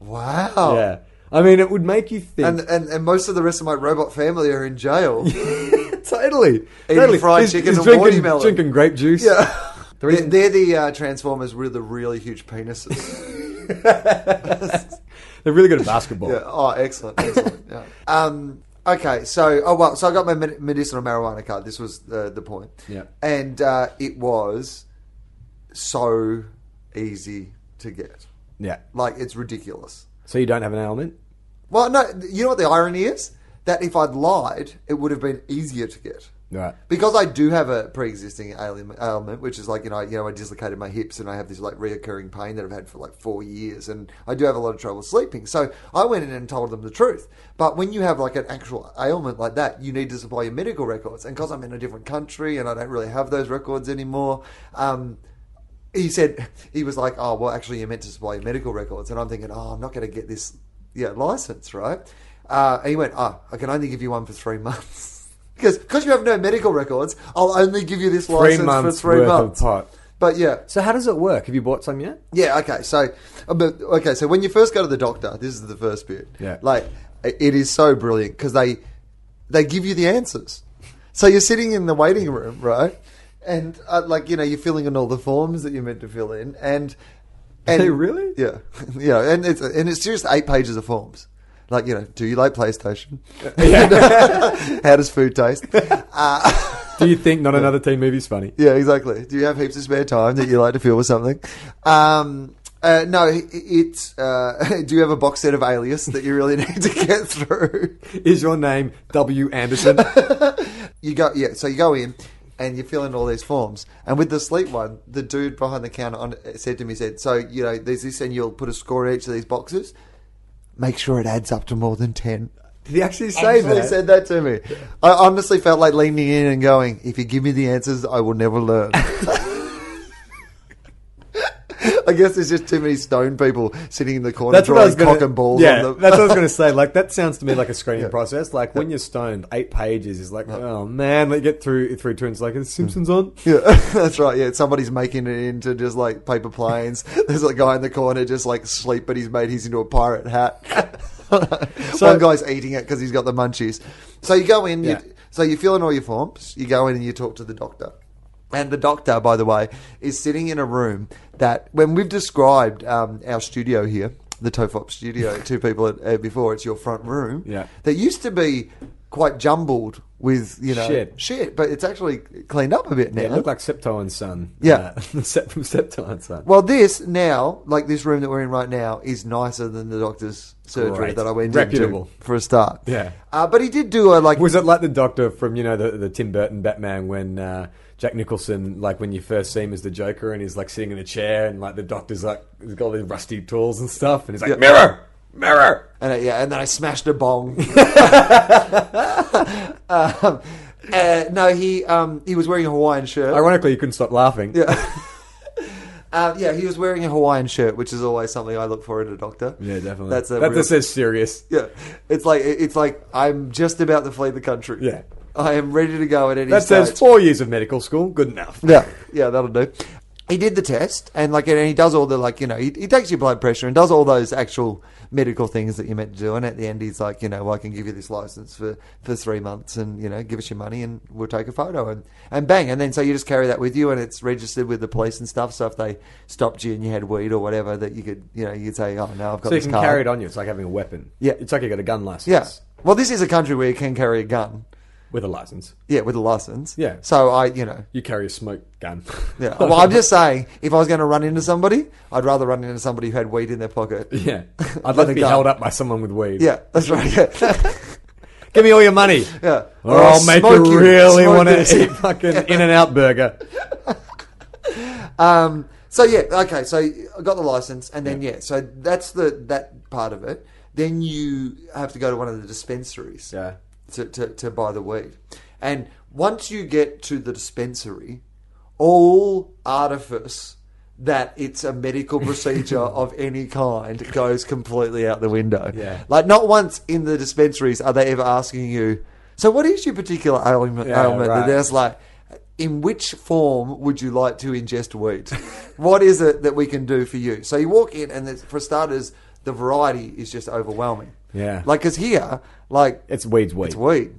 B: Wow.
A: Yeah. I mean, it would make you think.
B: Oh. And, uh, and and most of the rest of my robot family are in jail.
A: totally.
B: Eating
A: totally.
B: fried chicken and
A: drinking,
B: watermelon.
A: Drinking grape juice.
B: yeah.
A: The reason-
B: They're, they're the uh, Transformers with the really huge penises.
A: They're really good at basketball.
B: yeah. Oh, excellent. excellent. Yeah. Um, okay, so oh well, so I got my med- medicinal marijuana card. This was the the point.
A: Yeah.
B: And uh, it was so easy to get.
A: yeah.
B: Like it's ridiculous.
A: So you don't have an ailment?
B: Well, no, you know what the irony is? That if I'd lied, it would have been easier to get.
A: Right.
B: Because I do have a pre-existing ailment, ailment, which is like you know, you know, I dislocated my hips and I have this like reoccurring pain that I've had for like four years, and I do have a lot of trouble sleeping. So I went in and told them the truth. But when you have like an actual ailment like that, you need to supply your medical records. And because I'm in a different country and I don't really have those records anymore, um, he said he was like, "Oh, well, actually, you're meant to supply your medical records." And I'm thinking, "Oh, I'm not going to get this, yeah, license, right?" Uh, and he went, "Oh, I can only give you one for three months because because you have no medical records, I'll only give you this
A: Three
B: license for
A: months
B: three
A: worth
B: months."
A: of pot.
B: But yeah,
A: So how does it work? Have you bought some yet?
B: yeah, okay. So, uh, but okay, so when you first go to the doctor, this is the first bit.
A: Yeah.
B: like i- it is so brilliant because they they give you the answers. So you're sitting in the waiting room, right? And uh, like you know, you're filling in all the forms that you're meant to fill in, and and
A: they really?
B: yeah, yeah, and it's and it's just eight pages of forms. Like you know, do you like PlayStation? How does food taste? Uh,
A: Do you think not another teen movie's funny?
B: yeah, exactly. Do you have heaps of spare time that you like to fill with something? Um, uh, no, it- it's. Uh, do you have a box set of Alias that you really need to get through?
A: Is your name W Anderson?
B: You go, yeah. So you go in and you fill in all these forms. And with the sleep one, the dude behind the counter on, said to me, "said So you know, there's this, and you'll put a score in each of these boxes. Make sure it adds up to more than ten.
A: Did he actually say
B: Actually
A: that?
B: said that to me. I honestly felt like leaning in and going, "If you give me the answers, I will never learn." I guess there's just too many stone people sitting in the corner
A: that's what I
B: drawing
A: was gonna,
B: cock and balls.
A: Yeah,
B: on them.
A: that's what I was going to say. Like that sounds to me like a screening process. Like when you're stoned, eight pages is like, oh man, let you get through through two. And it's like, is Simpsons on?
B: Yeah, that's right. Yeah, somebody's making it into just like paper planes. There's a guy in the corner just like sleep, but he's made his into a pirate hat.
A: So-
B: One guy's eating it because he's got the munchies. So you go in,
A: Yeah.
B: you, so you fill in all your forms. You go in and you talk to the doctor. And the doctor, by the way, is sitting in a room that when we've described um, our studio here, the Tofop studio, to people at, uh, before, it's your front room.
A: Yeah.
B: that used to be quite jumbled with you know
A: Shit.
B: shit, but it's actually cleaned up a bit now.
A: Yeah, it looked like Septo and Son.
B: Yeah.
A: uh, set from Septo and Son.
B: well, this now, like this room that we're in right now, is nicer than the doctor's surgery
A: Great.
B: that I went
A: Reputable.
B: into for a start.
A: Yeah.
B: uh, but he did do a like.
A: Was it like the Doctor from you know the, the Tim Burton Batman when uh, Jack Nicholson like when you first see him as the Joker and he's like sitting in a chair and like the Doctor's like he's got all these rusty tools and stuff and he's like
B: Yeah.
A: mirror, mirror.
B: and I, yeah, and then I smashed a bong. um, uh, no, he um, he was wearing a Hawaiian shirt.
A: Ironically, you couldn't stop laughing.
B: Yeah. Uh, yeah, he was wearing a Hawaiian shirt, which is always something I look for in a doctor.
A: Yeah, definitely.
B: That's a
A: that
B: real-
A: just says serious.
B: yeah. It's like it's like I'm just about to flee the country.
A: Yeah.
B: I am ready to go at any
A: That
B: stage.
A: says four years of medical school. Good enough.
B: Yeah, yeah, that'll do. He did the test, and like, and he does all the like, you know, he, he takes your blood pressure and does all those actual medical things that you're meant to do. And at the end, he's like, you know, well, I can give you this license for for three months, and you know, give us your money, and we'll take a photo, and and bang, and then so you just carry that with you, and it's registered with the police and stuff. So if they stopped you and you had weed or whatever, that you could, you know, you could say, oh no, I've got
A: So you
B: this
A: can
B: card.
A: carry it on you. It's like having a weapon.
B: Yeah.
A: It's like you got a gun license.
B: Yeah. Well, this is a country where you can carry a gun.
A: With a license,
B: Yeah, with a license.
A: Yeah.
B: So I, you know,
A: you carry a smoke gun.
B: Yeah. Well, I'm just saying, if I was going to run into somebody, I'd rather run into somebody who had weed in their pocket.
A: yeah. I'd like to be
B: gun.
A: held up by someone with weed.
B: Yeah, that's right. Yeah.
A: Give me all your money.
B: yeah.
A: Or I'll make you
B: smoke
A: really
B: Smoke
A: want to
B: this.
A: eat fucking In and Out burger.
B: Um, so yeah, okay. So I got the license, and then yeah. so that's the that part of it. Then you have to go to one of the dispensaries
A: Yeah.
B: to, to to buy the weed, and once you get to the dispensary, all artifice that it's a medical procedure of any kind goes completely out the window.
A: Yeah.
B: like not once in the dispensaries are they ever asking you. So what is your particular ailment?
A: Yeah,
B: ailment
A: right.
B: that there's it's like, in which form would you like to ingest wheat? what is it that we can do for you? So you walk in, and there's- for starters, the variety is just overwhelming.
A: Yeah.
B: Like, because here, like,
A: It's weed's weed.
B: it's wheat.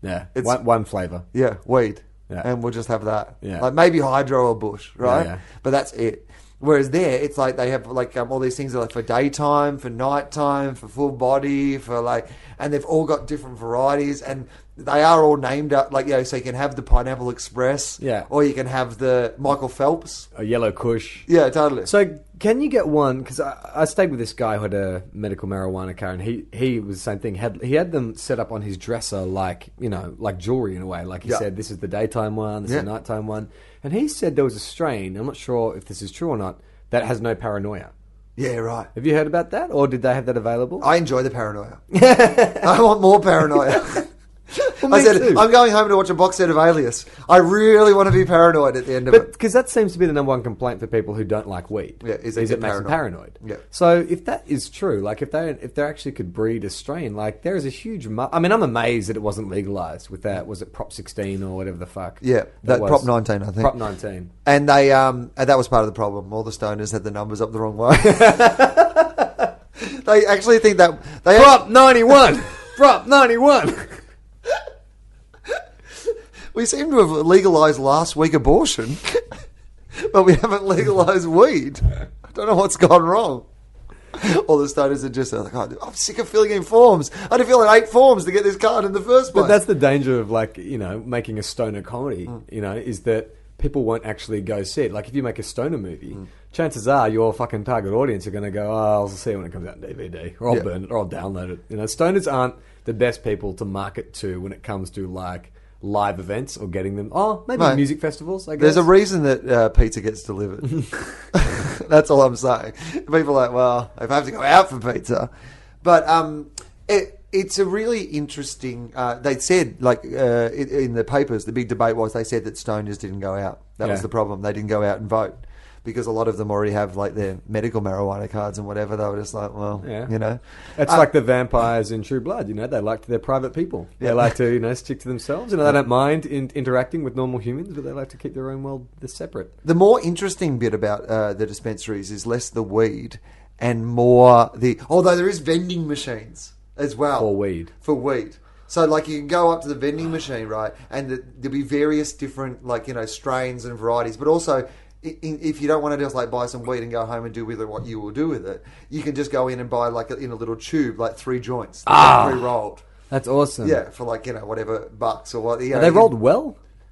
A: yeah.
B: it's-
A: one, one flavor.
B: Yeah, weed.
A: Yeah.
B: And we'll just have that.
A: Yeah.
B: Like, maybe hydro or bush, right?
A: yeah.
B: But that's it. Whereas there, it's like they have like um, all these things are like for daytime, for nighttime, for full body, for like, and they've all got different varieties. And they are all named out like you know, so you can have the Pineapple Express,
A: Yeah.
B: or you can have the Michael Phelps,
A: A yellow kush.
B: yeah, totally.
A: So can you get one? Because I, I stayed with this guy who had a medical marijuana car, and he, he was the same thing. Had he had them set up on his dresser like you know like jewelry in a way. Like he
B: Yeah.
A: said, this is the daytime one, this
B: Yeah.
A: is the nighttime one, and he said there was a strain. I'm not sure if this is true or not. That has no paranoia.
B: yeah, right.
A: Have you heard about that, or did they have that available?
B: I enjoy the paranoia. I want more paranoia.
A: Well,
B: I
A: me
B: said,
A: too.
B: I'm going home to watch a box set of Alias. I really want to be paranoid at the end of
A: But
B: it.
A: because that seems to be the number one complaint for people who don't like weed,
B: Yeah, is they
A: it
B: get
A: makes them paranoid.
B: paranoid. Yeah.
A: So if that is true, like if they if they actually could breed a strain, like there is a huge. Mu- I mean, I'm amazed that it wasn't legalized with that. Was it Prop 16 or whatever the fuck?
B: Yeah, that
A: was.
B: Prop 19, I think.
A: Prop 19.
B: And they, um, and that was part of the problem. All the stoners had the numbers up the wrong way. they actually think that they
A: Prop 91. Prop 91.
B: we seem to have legalized last week abortion, but we haven't legalized weed. I don't know what's gone wrong. All the stoners are just like, "Oh, I'm sick of filling in forms. I had to fill in eight forms to get this card in the first place.
A: But that's the danger of like you know making a stoner comedy.
B: Mm.
A: You know, is that people won't actually go see it. Like if you make a stoner movie,
B: Mm.
A: chances are your fucking target audience are going to go, "Oh, I'll see it when it comes out on DVD, or I'll
B: Yeah.
A: burn it, or I'll download it." You know, stoners aren't the best people to market to when it comes to like live events or getting them. Oh, maybe
B: Mate,
A: music festivals. I guess
B: There's a reason that uh, pizza gets delivered. That's all I'm saying. People are like, well, if I have to go out for pizza, but um, it, it's a really interesting. Uh, they said like uh, in, in the papers, the big debate was they said that stoners didn't go out. That was
A: Yeah.
B: the problem. They didn't go out and vote. Because a lot of them already have like their medical marijuana cards and whatever, they were just like, well,
A: Yeah.
B: you know,
A: It's
B: Uh,
A: like the vampires in True Blood, you know. They like to, they're private people.
B: Yeah.
A: They like to, you know, stick to themselves. You know, they don't mind in, interacting with normal humans, but they like to keep their own world separate.
B: The more interesting bit about uh, the dispensaries is less the weed and more the. Although there is vending machines as well
A: For weed.
B: For weed. So like you can go up to the vending machine, right, and the, there'll be various different like you know strains and varieties, but also. i- In, if you don't want to just like buy some weed and go home and do with it what you will do with it, you can just go in and buy like in a little tube, like three joints,
A: Ah.
B: pre rolled,
A: That's awesome.
B: yeah, for like you know whatever bucks or what.
A: Are
B: You know,
A: they
B: you-
A: rolled well?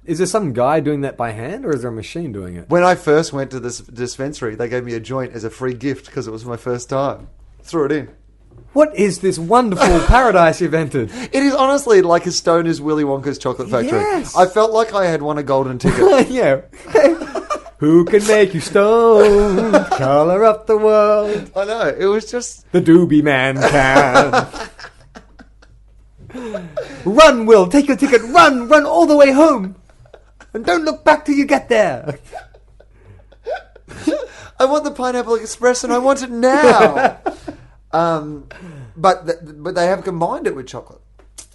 A: Is there some guy doing that by hand, or is there a machine doing it?
B: When I first went to this dispensary, they gave me a joint as a free gift because it was my first time. Threw it in.
A: What is this wonderful paradise you've entered?
B: It is honestly like a stoner's Willy Wonka's chocolate factory.
A: Yes.
B: I felt like I had won a golden ticket.
A: yeah. Who can make you stoned? Color up the world.
B: I know. It was just.
A: The doobie man can. run, Will. Take your ticket. Run. Run all the way home. And don't look back till you get there.
B: I want the Pineapple Express and I want it now. um, but th- but they have combined it with chocolate.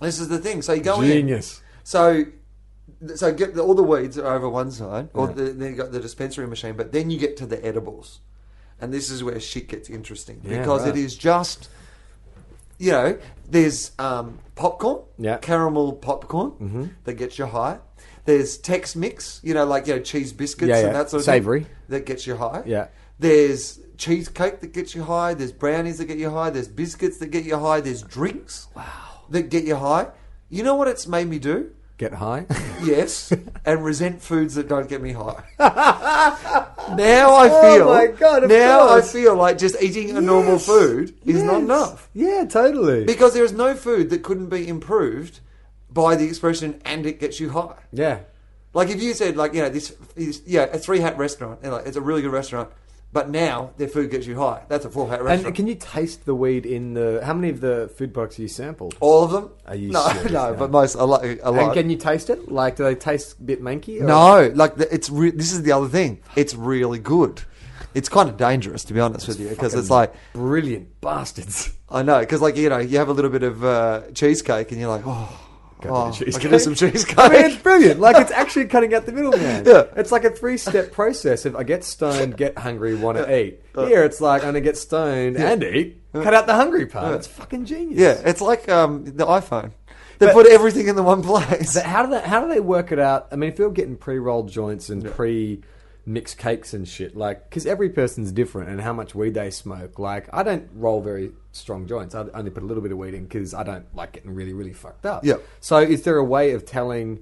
B: This is the thing. So you go in.
A: Genius.
B: So, so get the, all the weeds are over one side, or the, then you got the dispensary machine. But then you get to the edibles, and this is where shit gets interesting
A: Yeah,
B: because
A: right.
B: it is just, you know, there's um, popcorn,
A: Yeah. Mm-hmm.
B: caramel popcorn that gets you high. There's Tex Mix, you know, like you know cheese biscuits
A: Yeah,
B: and
A: yeah.
B: that sort of
A: Savory.
B: thing that gets you high.
A: Yeah.
B: There's cheesecake that gets you high. There's brownies that get you high. There's biscuits that get you high. There's drinks that get you high. You know what it's made me do?
A: Get high.
B: Yes, and resent foods that don't get me high. now I
A: Oh
B: feel.
A: my God, of
B: now
A: course.
B: I feel like just eating a normal
A: Yes.
B: food is not
A: Yes.
B: enough
A: Yeah, totally.
B: because there is no food that couldn't be improved by the expression "and it gets you high."
A: yeah.
B: Like if you said, like you know, this is yeah, a three hat restaurant, and like it's a really good restaurant, but now their food gets you high. That's a four hat restaurant.
A: And can you taste the weed in the? How many of the food products you sampled?
B: All of them?
A: Are you
B: no,
A: serious?
B: no,
A: No.
B: but most a lot. A
A: and
B: lot.
A: can you taste it? Like, do they taste a bit manky? or-
B: no, like the, it's re- this is the other thing. It's really good. It's kind of dangerous to be honest with you because it's like
A: brilliant bastards.
B: I know because like you know you have a little bit of uh, cheesecake and you're like oh,
A: Go for
B: oh,
A: the
B: I can do some
A: I mean, it's
B: cheesecake.
A: brilliant. Like, it's actually cutting out the middleman.
B: Yeah.
A: It's like a three-step process. If I get stoned, get hungry, want to eat. Here, it's like I'm gonna get stoned and eat. Cut out the hungry part. It's fucking genius.
B: yeah, it's like um, the iPhone. They
A: But-
B: put everything in the one place.
A: So how do they how do they work it out? I mean, if you're getting pre-rolled joints and pre-mixed cakes and shit, like because every person's different and how much weed they smoke. Like, I don't roll very strong joints. I only put a little bit of weed in because I don't like getting really, really fucked up.
B: Yep.
A: So is there a way of telling,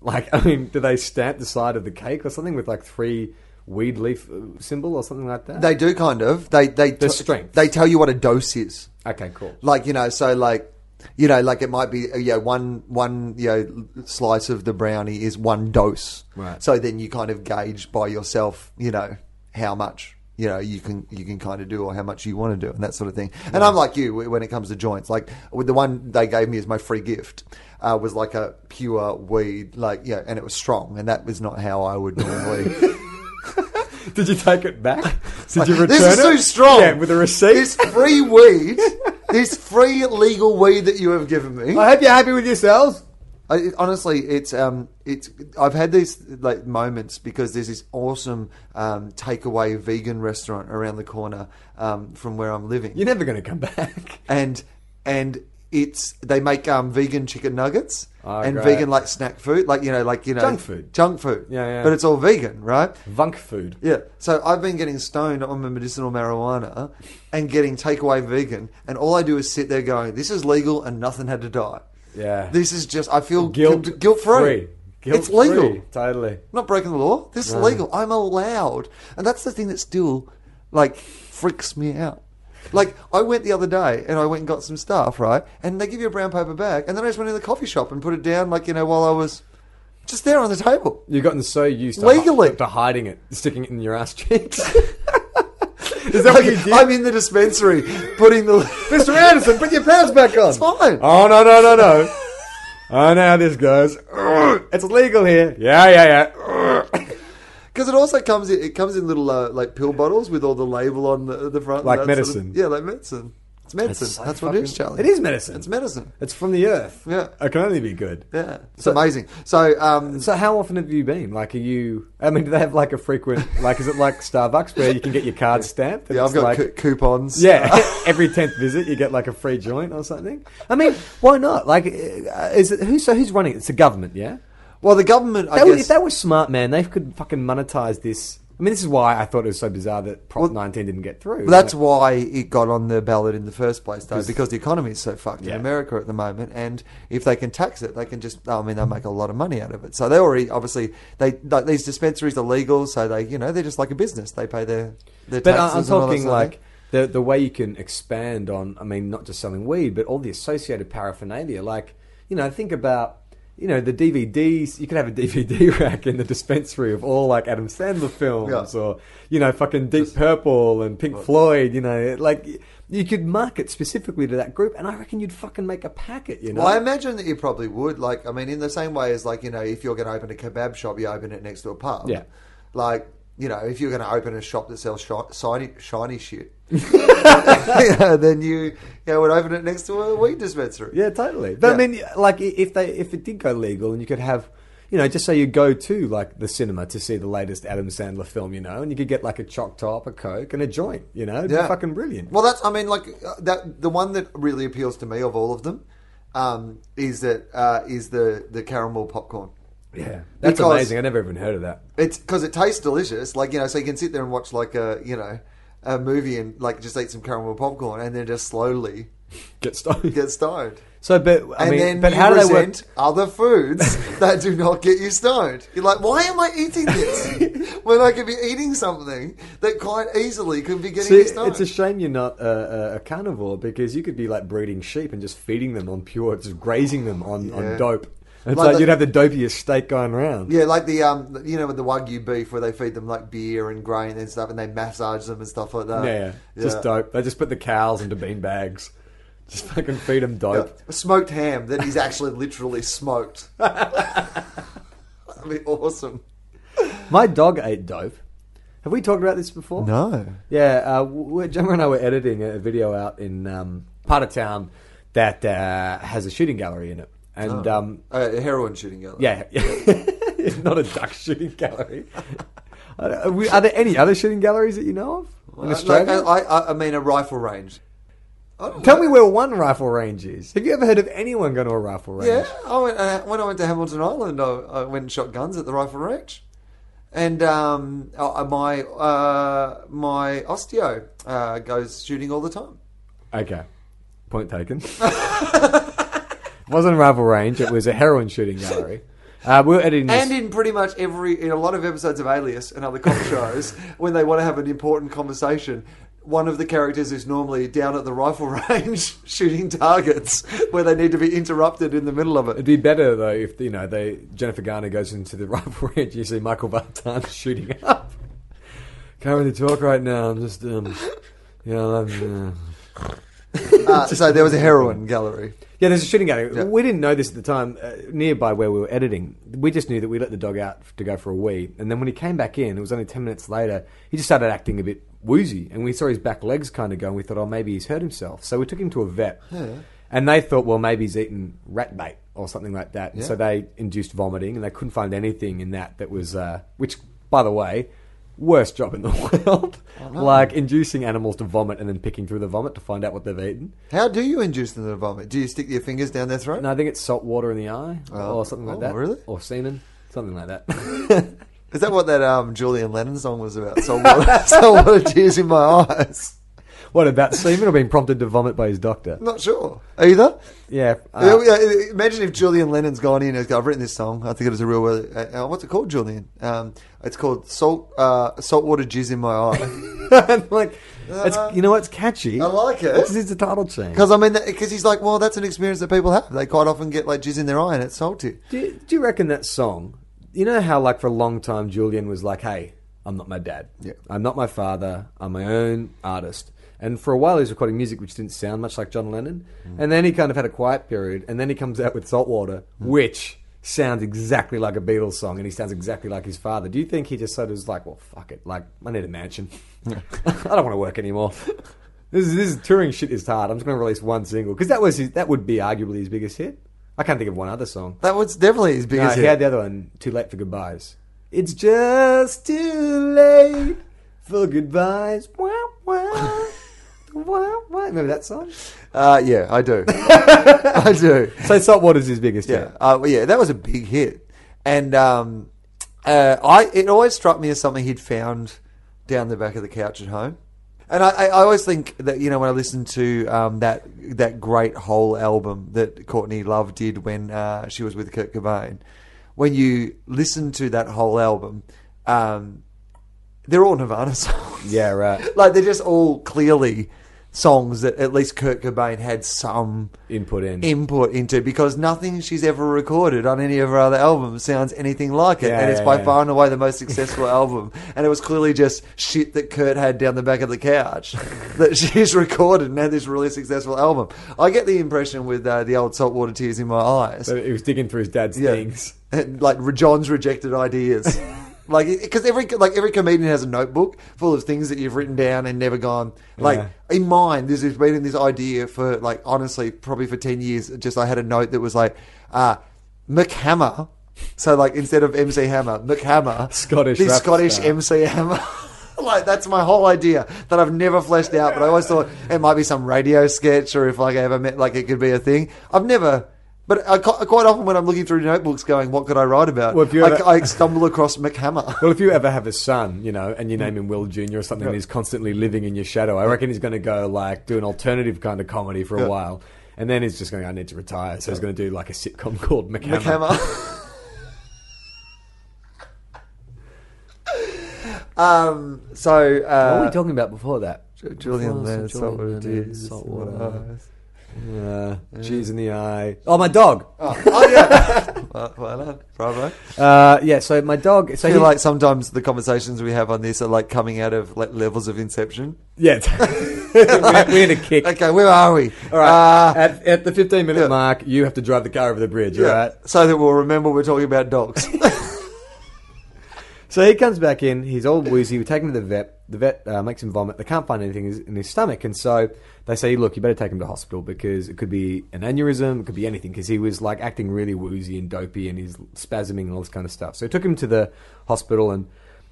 A: like, I mean, do they stamp the side of the cake or something with like three weed leaf uh, symbol or something like that?
B: They do kind of. They they
A: The strength.
B: They tell you what a dose is.
A: okay, cool.
B: Like you know, so like you know, like it might be uh, you know one one you know slice of the brownie is one dose.
A: Right.
B: So then you kind of gauge by yourself, you know, how much you know you can you can kind of do or how much you want to do and that sort of thing. And I'm like you when it comes to joints. Like with the one they gave me as my free gift. Uh, was like a pure weed, like yeah, and it was strong, and that was not how I would normally.
A: Did you take it back? Did you return
B: This is
A: it?
B: too strong.
A: Yeah, with a receipt.
B: This free weed, this free legal weed that you have given me.
A: I hope you're happy with yourselves.
B: I, it- honestly, it's um, it's I've had these like moments because there's this awesome um, takeaway vegan restaurant around the corner um, from where I'm living,
A: You're never going to come back.
B: and and it's they make um, vegan chicken nuggets
A: Oh,
B: and
A: great.
B: vegan like snack food, like you know, like you know,
A: Junk food.
B: junk food,
A: Yeah, yeah.
B: but it's all vegan, right?
A: Vunk food.
B: Yeah. So I've been getting stoned on my medicinal marijuana and getting takeaway vegan, and all I do is sit there going, "This is legal, and nothing had to die.
A: Yeah.
B: This is just I feel
A: guilt,
B: guilt guilt free. it's legal.
A: Guilt-free, Totally.
B: Not breaking the law. This is legal. I'm allowed, and that's the thing that still like freaks me out. Like I went the other day and I went and got some stuff, right? And they give you a brown paper bag, and then I just went in the coffee shop and put it down, like you know, while I was just there on the table.
A: You've gotten so used to,
B: Legally.
A: to hiding it, sticking it in your ass cheeks. Is that what you did?
B: I'm in the dispensary putting the.
A: Mr. Anderson, put your pants back on. It's
B: fine.
A: Oh, no, no, no, no. I know how this goes. It's legal here. Yeah, yeah, yeah.
B: Because it also comes in, it comes in little uh, like pill bottles with all the label on the, the front, and
A: Like
B: that sort of-
A: medicine.
B: yeah, like medicine. It's medicine.
A: so
B: That's what it is,
A: fucking-
B: Charlie.
A: It is medicine.
B: It's medicine.
A: It's from the earth.
B: Yeah.
A: It can only be good.
B: Yeah, it's amazing. So, um,
A: So how often have you been? Like, are you? I mean, do they have like a frequent? Like, is it like Starbucks where you can get your card stamped? and
B: yeah, I've
A: it's
B: got
A: like,
B: cou- coupons.
A: yeah, every tenth visit you get like a free joint or something. I mean, why not? Like, uh, is it who? So who's running? it? It's the government, yeah.
B: Well, the government, I
A: They were-
B: guess.
A: if they were smart, man, they could fucking monetize this. I mean, this is why I thought it was so bizarre that Prop 19 didn't get through.
B: Well, that's why it got on the ballot in the first place, though,
A: 'Cause-
B: because the economy is so fucked
A: Yeah.
B: in America at the moment. And if they can tax it, they can just, I mean, they make a lot of money out of it. So they already, obviously, they like, these dispensaries are legal, so they, you know, they're just like a business. They pay their, their
A: But I-
B: taxes.
A: I'm
B: and all
A: talking
B: that sort of thing.
A: like the the way you can expand on. I mean, not just selling weed, but all the associated paraphernalia. Like you know, think about you know the DVDs. You could have a DVD rack in the dispensary of all like Adam Sandler films,
B: Yeah.
A: or you know, fucking Deep Purple and Pink Floyd. You know, like y- you could market specifically to that group, and I reckon you'd fucking make a packet. You know,
B: Well, I imagine that you probably would. Like, I mean, in the same way as, like, you know, if you're going to open a kebab shop, you open it next to a pub.
A: Yeah.
B: Like, you know, if you're going to open a shop that sells shi- shiny, shiny shit, you know, then you, you know, would open it next to a weed dispensary.
A: Yeah, totally. But I
B: Yeah.
A: mean, like i- if they if it did go legal and you could have, you know, just say you go to like the cinema to see the latest Adam Sandler film, you know, and you could get like a choc top, a coke, and a joint, you know, it'd be
B: Yeah.
A: fucking brilliant.
B: Well, that's I mean, like uh, that the one that really appeals to me of all of them um, is that uh, is the the caramel popcorn.
A: Yeah, that's
B: Because-
A: amazing. I never even heard of that.
B: It's because it tastes delicious. Like you know, so you can sit there and watch like a you know a movie and like just eat some caramel popcorn and then just slowly
A: Get started.
B: get stoned.
A: so, but I
B: And
A: mean,
B: then
A: but
B: you
A: how do they work?
B: resent other foods that do not get you stoned. You're like, why am I eating this when I could be eating something that quite easily could be getting
A: See,
B: you stoned?
A: it's a shame you're not a, a- a carnivore because you could be like breeding sheep and just feeding them on pure, just grazing them on, on
B: Yeah.
A: dope. It's like,
B: Like the-
A: you'd have the dopiest steak going round.
B: Yeah, like the um, you know, with the wagyu beef where they feed them like beer and grain and stuff, and they massage them and stuff like that.
A: Yeah, yeah. just dope. They just put the cows into bean bags. Just fucking feed them
B: Yeah.
A: dope.
B: Smoked ham that is actually literally smoked. That'd be awesome.
A: My dog ate dope. Have we talked about this before?
B: No.
A: Yeah, uh, we Gemma and I were editing a video out in um, part of town that uh, has a shooting gallery in it, and um,
B: Uh, heroin shooting gallery.
A: yeah, not a duck shooting gallery. Are we- are there any other shooting galleries that you know of in
B: Like,
A: Australia?
B: I, I, I mean, a rifle range. I don't
A: Tell me where one rifle range is. Have you ever heard of anyone going to a rifle range?
B: Yeah, I went, uh, when I went to Hamilton Island, I, I went and shot guns at the rifle range, and um, uh, my uh, my osteo uh, goes shooting all the time.
A: Okay. Point taken. wasn't rival range. It was a heroin shooting gallery. Uh, we were editing this.
B: And in pretty much every, in a lot of episodes of Alias and other cop shows, when they want to have an important conversation, one of the characters is normally down at the rifle range shooting targets where they need to be interrupted in the middle of
A: It'd
B: it.
A: be better though if you know they Jennifer Garner goes into the rifle range. You see Michael Vartan shooting up. Can't really talk right now. I'm just um, yeah, I'm, uh.
B: Uh, so there was a heroin gallery.
A: yeah. There's a shooting gallery.
B: Yeah.
A: We didn't know this at the time. Uh, nearby where we were editing, we just knew that we let the dog out to go for a wee, and then when he came back in, it was only ten minutes later. He just started acting a bit woozy, and we saw his back legs kind of go, and we thought, oh, maybe he's hurt himself. So we took him to a vet, and they thought, well, maybe he's eaten rat bait or something like that. And
B: Yeah.
A: So they induced vomiting, and they couldn't find anything in that that was, uh, which, by the way, worst job in the world.
B: Oh,
A: like inducing animals to vomit and then picking through the vomit to find out what they've eaten.
B: How do you induce them to vomit? Do you stick your fingers down their throat?
A: And I think it's salt water in the eye
B: Oh.
A: or something like
B: Oh,
A: that.
B: really?
A: Or semen, something like that.
B: Is that what that um, Julian Lennon song was about? Saltwater, saltwater tears in my eyes.
A: what about semen or being prompted to vomit by his doctor?
B: Not sure either.
A: Yeah. uh,
B: Yeah, yeah, Imagine if Julian Lennon's gone in and go, I've written this song. I think it is a real word. Uh, uh, what's it called, Julian? Um, it's called Salt uh, Saltwater Jizz in My Eye.
A: I'm uh, like, it's, you know, it's catchy.
B: Uh, I like it.
A: This is the title change.
B: Because I mean, because he's like, well, that's an experience that people have. They quite often get like jizz in their eye and it's salty.
A: Do you, do you reckon that song? You know how, like, for a long time, Julian was like, "Hey, I'm not my dad.
B: Yeah.
A: I'm not my father. I'm my own artist." And for a while, he was recording music which didn't sound much like John Lennon. And then he kind of had a quiet period. And then he comes out with Saltwater, which sounds exactly like a Beatles song, and he sounds exactly like his father. Do you think he just sort of was like, "Well, fuck it. Like, I need a mansion. I don't want to work anymore." This is, this is touring shit is hard. I'm just going to release one single because that was his, that would be arguably his biggest hit. I can't think of one other song.
B: That was definitely his
A: No,
B: biggest
A: he
B: hit.
A: had the other one, Too Late for Goodbyes. It's just too late for goodbyes. Wow, wow. wow, wow. Remember that song?
B: uh, yeah, I do. I do.
A: So Saltwater's his biggest
B: Yeah,
A: hit.
B: uh, well, yeah, that was a big hit, and um, uh, I it always struck me as something he'd found down the back of the couch at home. And I, I I always think that you know when I listen to um, that that great whole album that Courtney Love did when uh, she was with Kurt Cobain, when you listen to that whole album, um, they're all Nirvana songs.
A: Yeah, right.
B: like they're just all clearly songs that at least Kurt Cobain had some
A: Input in.
B: input into because nothing she's ever recorded on any of her other albums sounds anything like it.
A: Yeah,
B: and it's
A: yeah,
B: by
A: yeah.
B: far and away the most successful album. And it was clearly just shit that Kurt had down the back of the couch that she's recorded and had this really successful album. I get the impression with uh, the old Saltwater Tears in My Eyes.
A: So he was digging through his dad's
B: Yeah.
A: things.
B: And, like re- John's rejected ideas. Like, because every like every comedian has a notebook full of things that you've written down and never gone. Like
A: Yeah.
B: in mine, this has been this idea for like honestly probably for ten years. Just I had a note that was like, uh, McHammer. So like instead of MC Hammer, McHammer,
A: Scottish
B: this
A: rap
B: Scottish
A: star.
B: MC Hammer. like that's my whole idea that I've never fleshed out. But I always thought it might be some radio sketch or if like I ever met like it could be a thing. I've never. But I, qu- quite often when I'm looking through notebooks, going, "What could I write about?"
A: Well, if you
B: I,
A: ever-
B: I stumble across McHammer.
A: Well, if you ever have a son, you know, and you name him Will Jr. or something, and he's constantly living in your shadow, I reckon he's going to go like do an alternative kind of comedy for a while. And then he's just going, I need to retire. So he's going to do like a sitcom called McHammer.
B: McHammer. um. So.
A: What were
B: Uh,
A: we talking about before that?
B: Ju- Julian
A: Before
B: Lennon,
A: Sir Julian
B: Saltwater
A: Lennon,
B: Tears,
A: Saltwater.
B: Saltwater Eyes.
A: Uh, cheese in the eye. Oh, my dog.
B: oh yeah. well, well done, bravo.
A: Uh, yeah, so my dog. So
B: I
A: he,
B: feel like sometimes the conversations we have on this are like coming out of like levels of inception.
A: yeah, we had a kick.
B: Okay, where are we?
A: All right,
B: Uh,
A: at, at the fifteen minute
B: yeah.
A: mark, you have to drive the car over the bridge.
B: yeah,
A: All right.
B: So that we'll remember we're talking about dogs.
A: So he comes back in. He's all woozy. We take him to the vet. The vet uh, makes him vomit. They can't find anything in his- in his stomach, and so they say, "Look, you better take him to hospital because it could be an aneurysm. It could be anything." Because he was like acting really woozy and dopey, and he's spasming and all this kind of stuff. So he took him to the hospital, and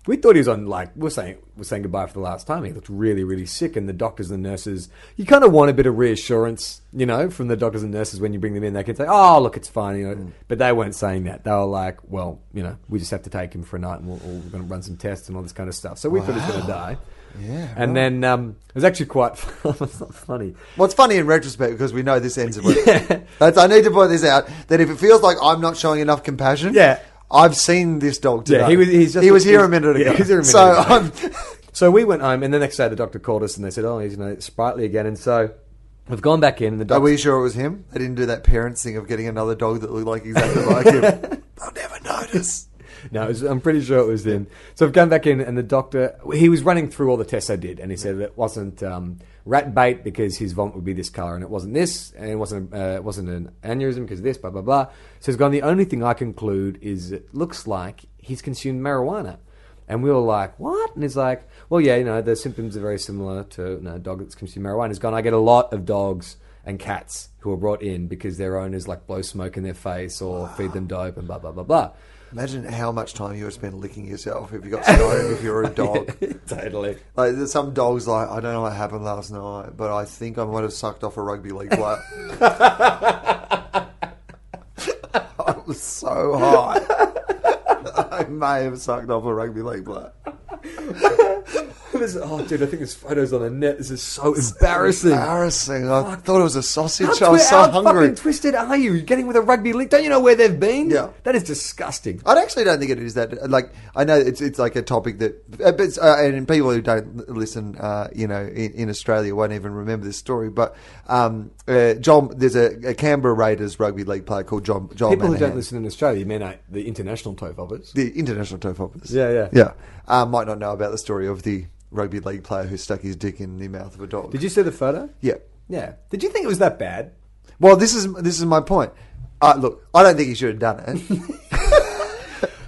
A: we thought he was on like we're saying we're saying goodbye for the last time. He looked really, really sick, and the doctors and the nurses. You kind of want a bit of reassurance, you know, from the doctors and nurses when you bring them in. They can say, "Oh, look, it's fine," you know.
B: Mm.
A: But they weren't saying that. They were like, "Well, you know, we just have to take him for a night, and we'll, we're going to run some tests and all this kind of stuff." So we thought he was going to die.
B: Yeah,
A: And
B: right.
A: then um, it was actually quite it's not funny.
B: What's funny in retrospect because we know this ends with.
A: Yeah.
B: That's, I need to point this out that if it feels like I'm not showing enough compassion,
A: Yeah.
B: I've seen this dog today.
A: Yeah, he was- he's just-
B: he was here a
A: he's-
B: minute
A: yeah,
B: ago.
A: he was here a minute
B: so
A: ago. um,
B: I'm,
A: So we went home, and the next day the doctor called us and they said, "Oh, he's you know sprightly again." And so we've gone back in. And the
B: are
A: doctor,
B: we sure it was him? They didn't do that parents thing of getting another dog that looked like exactly like him. They'll never notice.
A: no, it was, I'm pretty sure it was him. So I've gone back in, and the doctor he was running through all the tests I did, and he said it wasn't um, rat bait because his vomit would be this color, and it wasn't this, and it wasn't uh, it wasn't an aneurysm because of this, blah blah blah. So he's gone. The only thing I conclude is it looks like he's consumed marijuana. And we were like, what? And he's like, well, yeah, you know, the symptoms are very similar to you know, a dog that's consumed marijuana. He's gone, I get a lot of dogs and cats who are brought in because their owners like blow smoke in their face or feed them dope and blah, blah, blah, blah.
B: Imagine how much time you would spend licking yourself if you got stoned, if you were a dog.
A: Oh, totally.
B: Like there's some dogs, like I don't know what happened last night, but I think I might have sucked off a rugby league player. I was so high. I may have sucked off a rugby league player.
A: This- oh, dude, I think this photo's on the net. This is so embarrassing.
B: Embarrassing. I thought it was a sausage.
A: How,
B: I was
A: twi-
B: so
A: how
B: hungry.
A: fucking twisted are you? You're getting with a rugby league. Don't you know where they've been?
B: Yeah.
A: That is disgusting.
B: I actually don't think it is that. Like I know it's it's like a topic that, uh, but it's, uh, and people who don't l- listen, uh, you know, in, in Australia won't even remember this story. But um, uh, John, there's a, a Canberra Raiders rugby league player called John. John
A: People who don't
B: Manahan.
A: listen in Australia, you mean like the international toe poppers?
B: the international toe poppers.
A: Yeah, yeah.
B: yeah. Uh, might not know about the story of the rugby league player who stuck his dick in the mouth of a dog.
A: Did you see the photo?
B: Yeah.
A: Yeah. Did you think it was that bad?
B: Well, this is this is my point. Uh, look, I don't think he should have done it.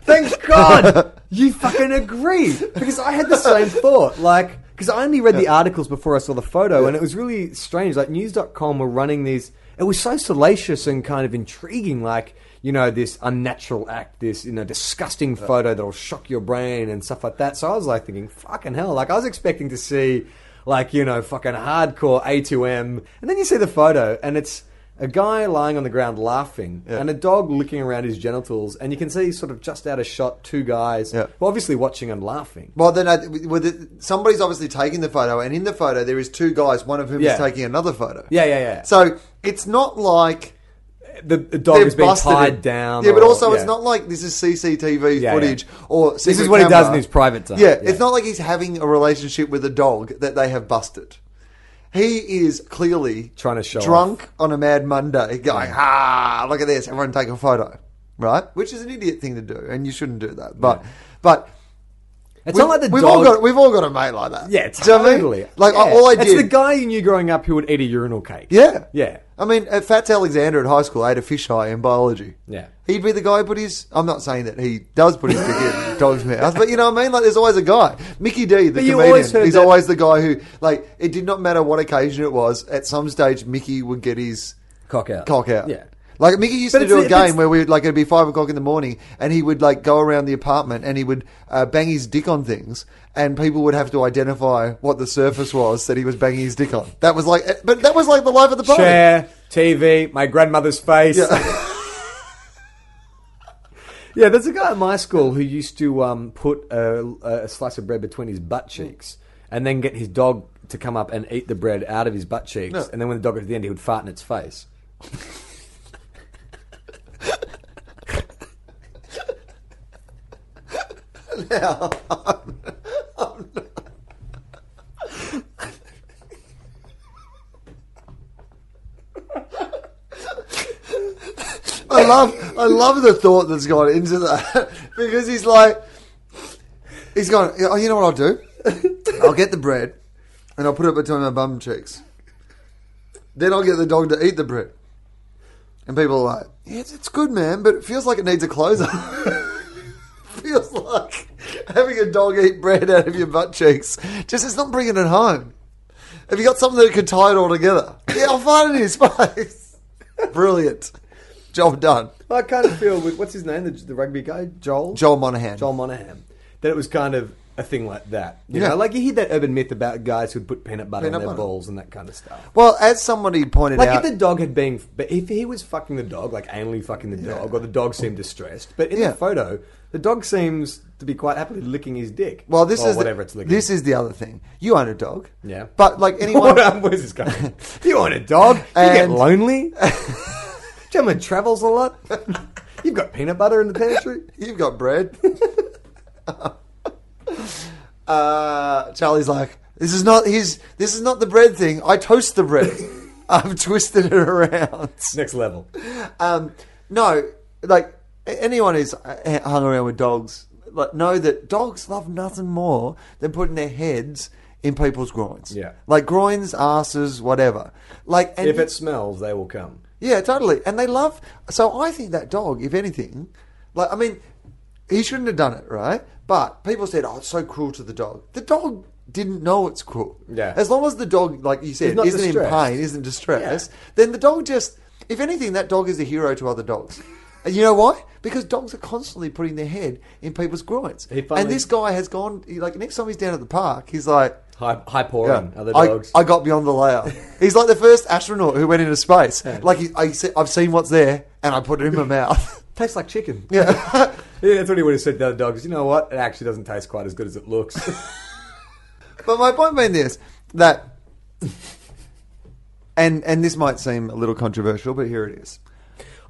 A: Thank God you fucking agree because I had the same thought. Like, because I only read the articles before I saw the photo, and it was really strange. Like, news.com were running these. It was so salacious and kind of intriguing. Like, you know, this unnatural act, this you know disgusting photo that'll shock your brain and stuff like that. So I was like thinking, fucking hell! Like, I was expecting to see like you know fucking hardcore A2M, and then you see the photo, and it's. A guy lying on the ground laughing, and a dog licking around his genitals, and you can see sort of just out of shot two guys,
B: Yeah.
A: who are obviously watching and laughing.
B: well, then I, with it, somebody's obviously taking the photo, and in the photo there is two guys, one of whom
A: Yeah.
B: is taking another photo.
A: Yeah, yeah, yeah.
B: So it's not like
A: The, the dog
B: they're
A: is being
B: busted
A: tied
B: it.
A: down.
B: Yeah, but
A: or-
B: also
A: yeah.
B: it's not like this is CCTV
A: Yeah,
B: footage
A: yeah.
B: or
A: is
B: secret
A: what he does
B: camera.
A: in his private time.
B: Yeah,
A: Yeah.
B: it's not like he's having a relationship with a dog that they have busted. He is clearly
A: Trying to show
B: drunk on a Mad Monday, going, "Ah, look at this! Everyone take a photo." Right, which is an idiot thing to do, and you shouldn't do that. But, but
A: It's
B: we,
A: not like the
B: we've
A: dog.
B: all got we've all got a mate like that.
A: yeah,
B: Do you know what I mean?
A: totally.
B: Like I-
A: Yeah.
B: all I did,
A: It's the guy you knew growing up who would eat a urinal cake.
B: yeah,
A: yeah,
B: I mean, at Fats Alexander at high school, I ate a fisheye in biology.
A: Yeah.
B: He'd be the guy who put his. I'm not saying that he does put his dick in dog's mouth, but you know what I mean? Like, there's always a guy. Mickey D, the
A: But you
B: comedian,
A: always heard
B: he's
A: that-
B: always the guy who, like, it did not matter what occasion it was, at some stage, Mickey would get his
A: cock out.
B: cock out.
A: Yeah.
B: Like, Mickey used
A: But
B: to
A: it's-
B: do a
A: if it's-
B: game where we would, like, it'd be five o'clock in the morning, and he would, like, go around the apartment and he would uh, bang his dick on things, and people would have to identify what the surface was that he was banging his dick on. That was like, uh, but that was like the life of the party.
A: Chair, TV, my grandmother's face.
B: Yeah.
A: Yeah, there's a guy at my school who used to um, put a, a slice of bread between his butt cheeks and then get his dog to come up and eat the bread out of his butt cheeks.
B: No.
A: And then when the dog got to the end, he would fart in its face.
B: I love I love the thought that's gone into that because he's like he's gone. Oh, you know what I'll do? I'll get the bread and I'll put it between my bum cheeks. Then I'll get the dog to eat the bread. And people are like, "Yeah, it's, it's good, man, but it feels like it needs a closer." feels like having a dog eat bread out of your butt cheeks. Just it's not bringing it home. Have you got something that could tie it all together? Yeah, I'll find it in his face. Brilliant. Job done.
A: I kind of feel with what's his name, the, the rugby guy, Joel.
B: Joel Monahan.
A: Joel Monahan. That it was kind of a thing like that. You
B: Yeah.
A: know, like you hear that urban myth about guys who'd put peanut butter
B: Peanut
A: on their
B: butter.
A: balls and that kind of stuff.
B: Well, as somebody pointed
A: Like
B: out,
A: if the dog had been, but if he was fucking the dog, like anally fucking the dog, or the dog seemed distressed. But in
B: Yeah.
A: the photo, the dog seems to be quite happily licking his dick.
B: well, this
A: or
B: is
A: Oh, whatever
B: the,
A: it's licking.
B: this is the other thing. You own a dog,
A: Yeah.
B: but like anyone,
A: What- Where's this going? You want a dog? You get
B: And-
A: lonely? Gentleman travels a lot. You've got peanut butter in the pantry.
B: You've got bread. uh, Charlie's like, this is not his. This is not the bread thing. I toast the bread. I've twisted it around.
A: Next level.
B: Um, no, like a- anyone who's uh, hung around with dogs, like know that dogs love nothing more than putting their heads in people's groins.
A: Yeah.
B: like groins, asses, whatever. Like, and
A: If it smells, they will come.
B: yeah, totally. And they love. So I think that dog, if anything, like I mean, he shouldn't have done it, right? But people said, "Oh, it's so cruel to the dog." The dog didn't know it's cruel.
A: Yeah.
B: As long as the dog, like you said,
A: not
B: isn't
A: distressed.
B: in pain, isn't distressed, then the dog just, if anything, that dog is a hero to other dogs. And you know why? Because dogs are constantly putting their head in people's groins.
A: He finally-
B: and this guy has gone. he- Like next time he's down at the park, he's like.
A: High, high
B: Yeah.
A: pouring. Other
B: I,
A: dogs.
B: I got beyond the layer. He's like the first astronaut who went into space. Like he, I, se- I've seen what's there, and I put it in my mouth.
A: Tastes like chicken.
B: yeah,
A: Yeah, that's what he would have said to the other dogs. You know what? It actually doesn't taste quite as good as it looks.
B: but my point being this that, and and this might seem a little controversial, but here it is.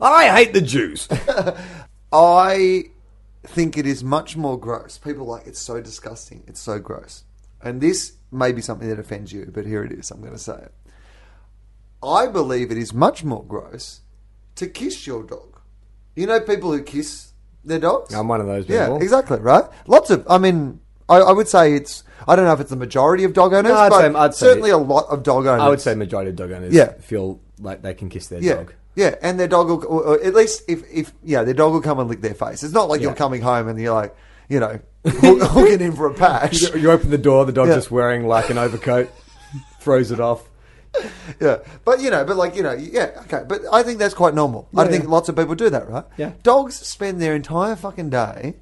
A: I hate the Jews.
B: I think it is much more gross. People are like it's so disgusting. It's so gross. And this may be something that offends you, but here it is. I'm going to say it. I believe it is much more gross to kiss your dog. You know, people who kiss their dogs.
A: I'm one of those people.
B: yeah, exactly. Right. Lots of. I mean, I, I would say it's. I don't know if it's the majority of dog owners,
A: No, I'd
B: but
A: say- I'd say-
B: certainly a lot of dog owners.
A: I would say majority of dog owners
B: Yeah.
A: feel like they can kiss their
B: Yeah.
A: dog.
B: Yeah, and their dog will, or, or at least if, if, yeah, their dog will come and lick their face. It's not like you're
A: Yeah.
B: coming home and you're like, you know, hook- hooking in for a patch.
A: You, you open the door, the dog's
B: Yeah.
A: just wearing like an overcoat, throws it off.
B: Yeah. But, you know, but like, you know, yeah, okay. But I think that's quite normal. I
A: Yeah,
B: think
A: yeah.
B: lots of people do that, right?
A: Yeah.
B: Dogs spend their entire fucking day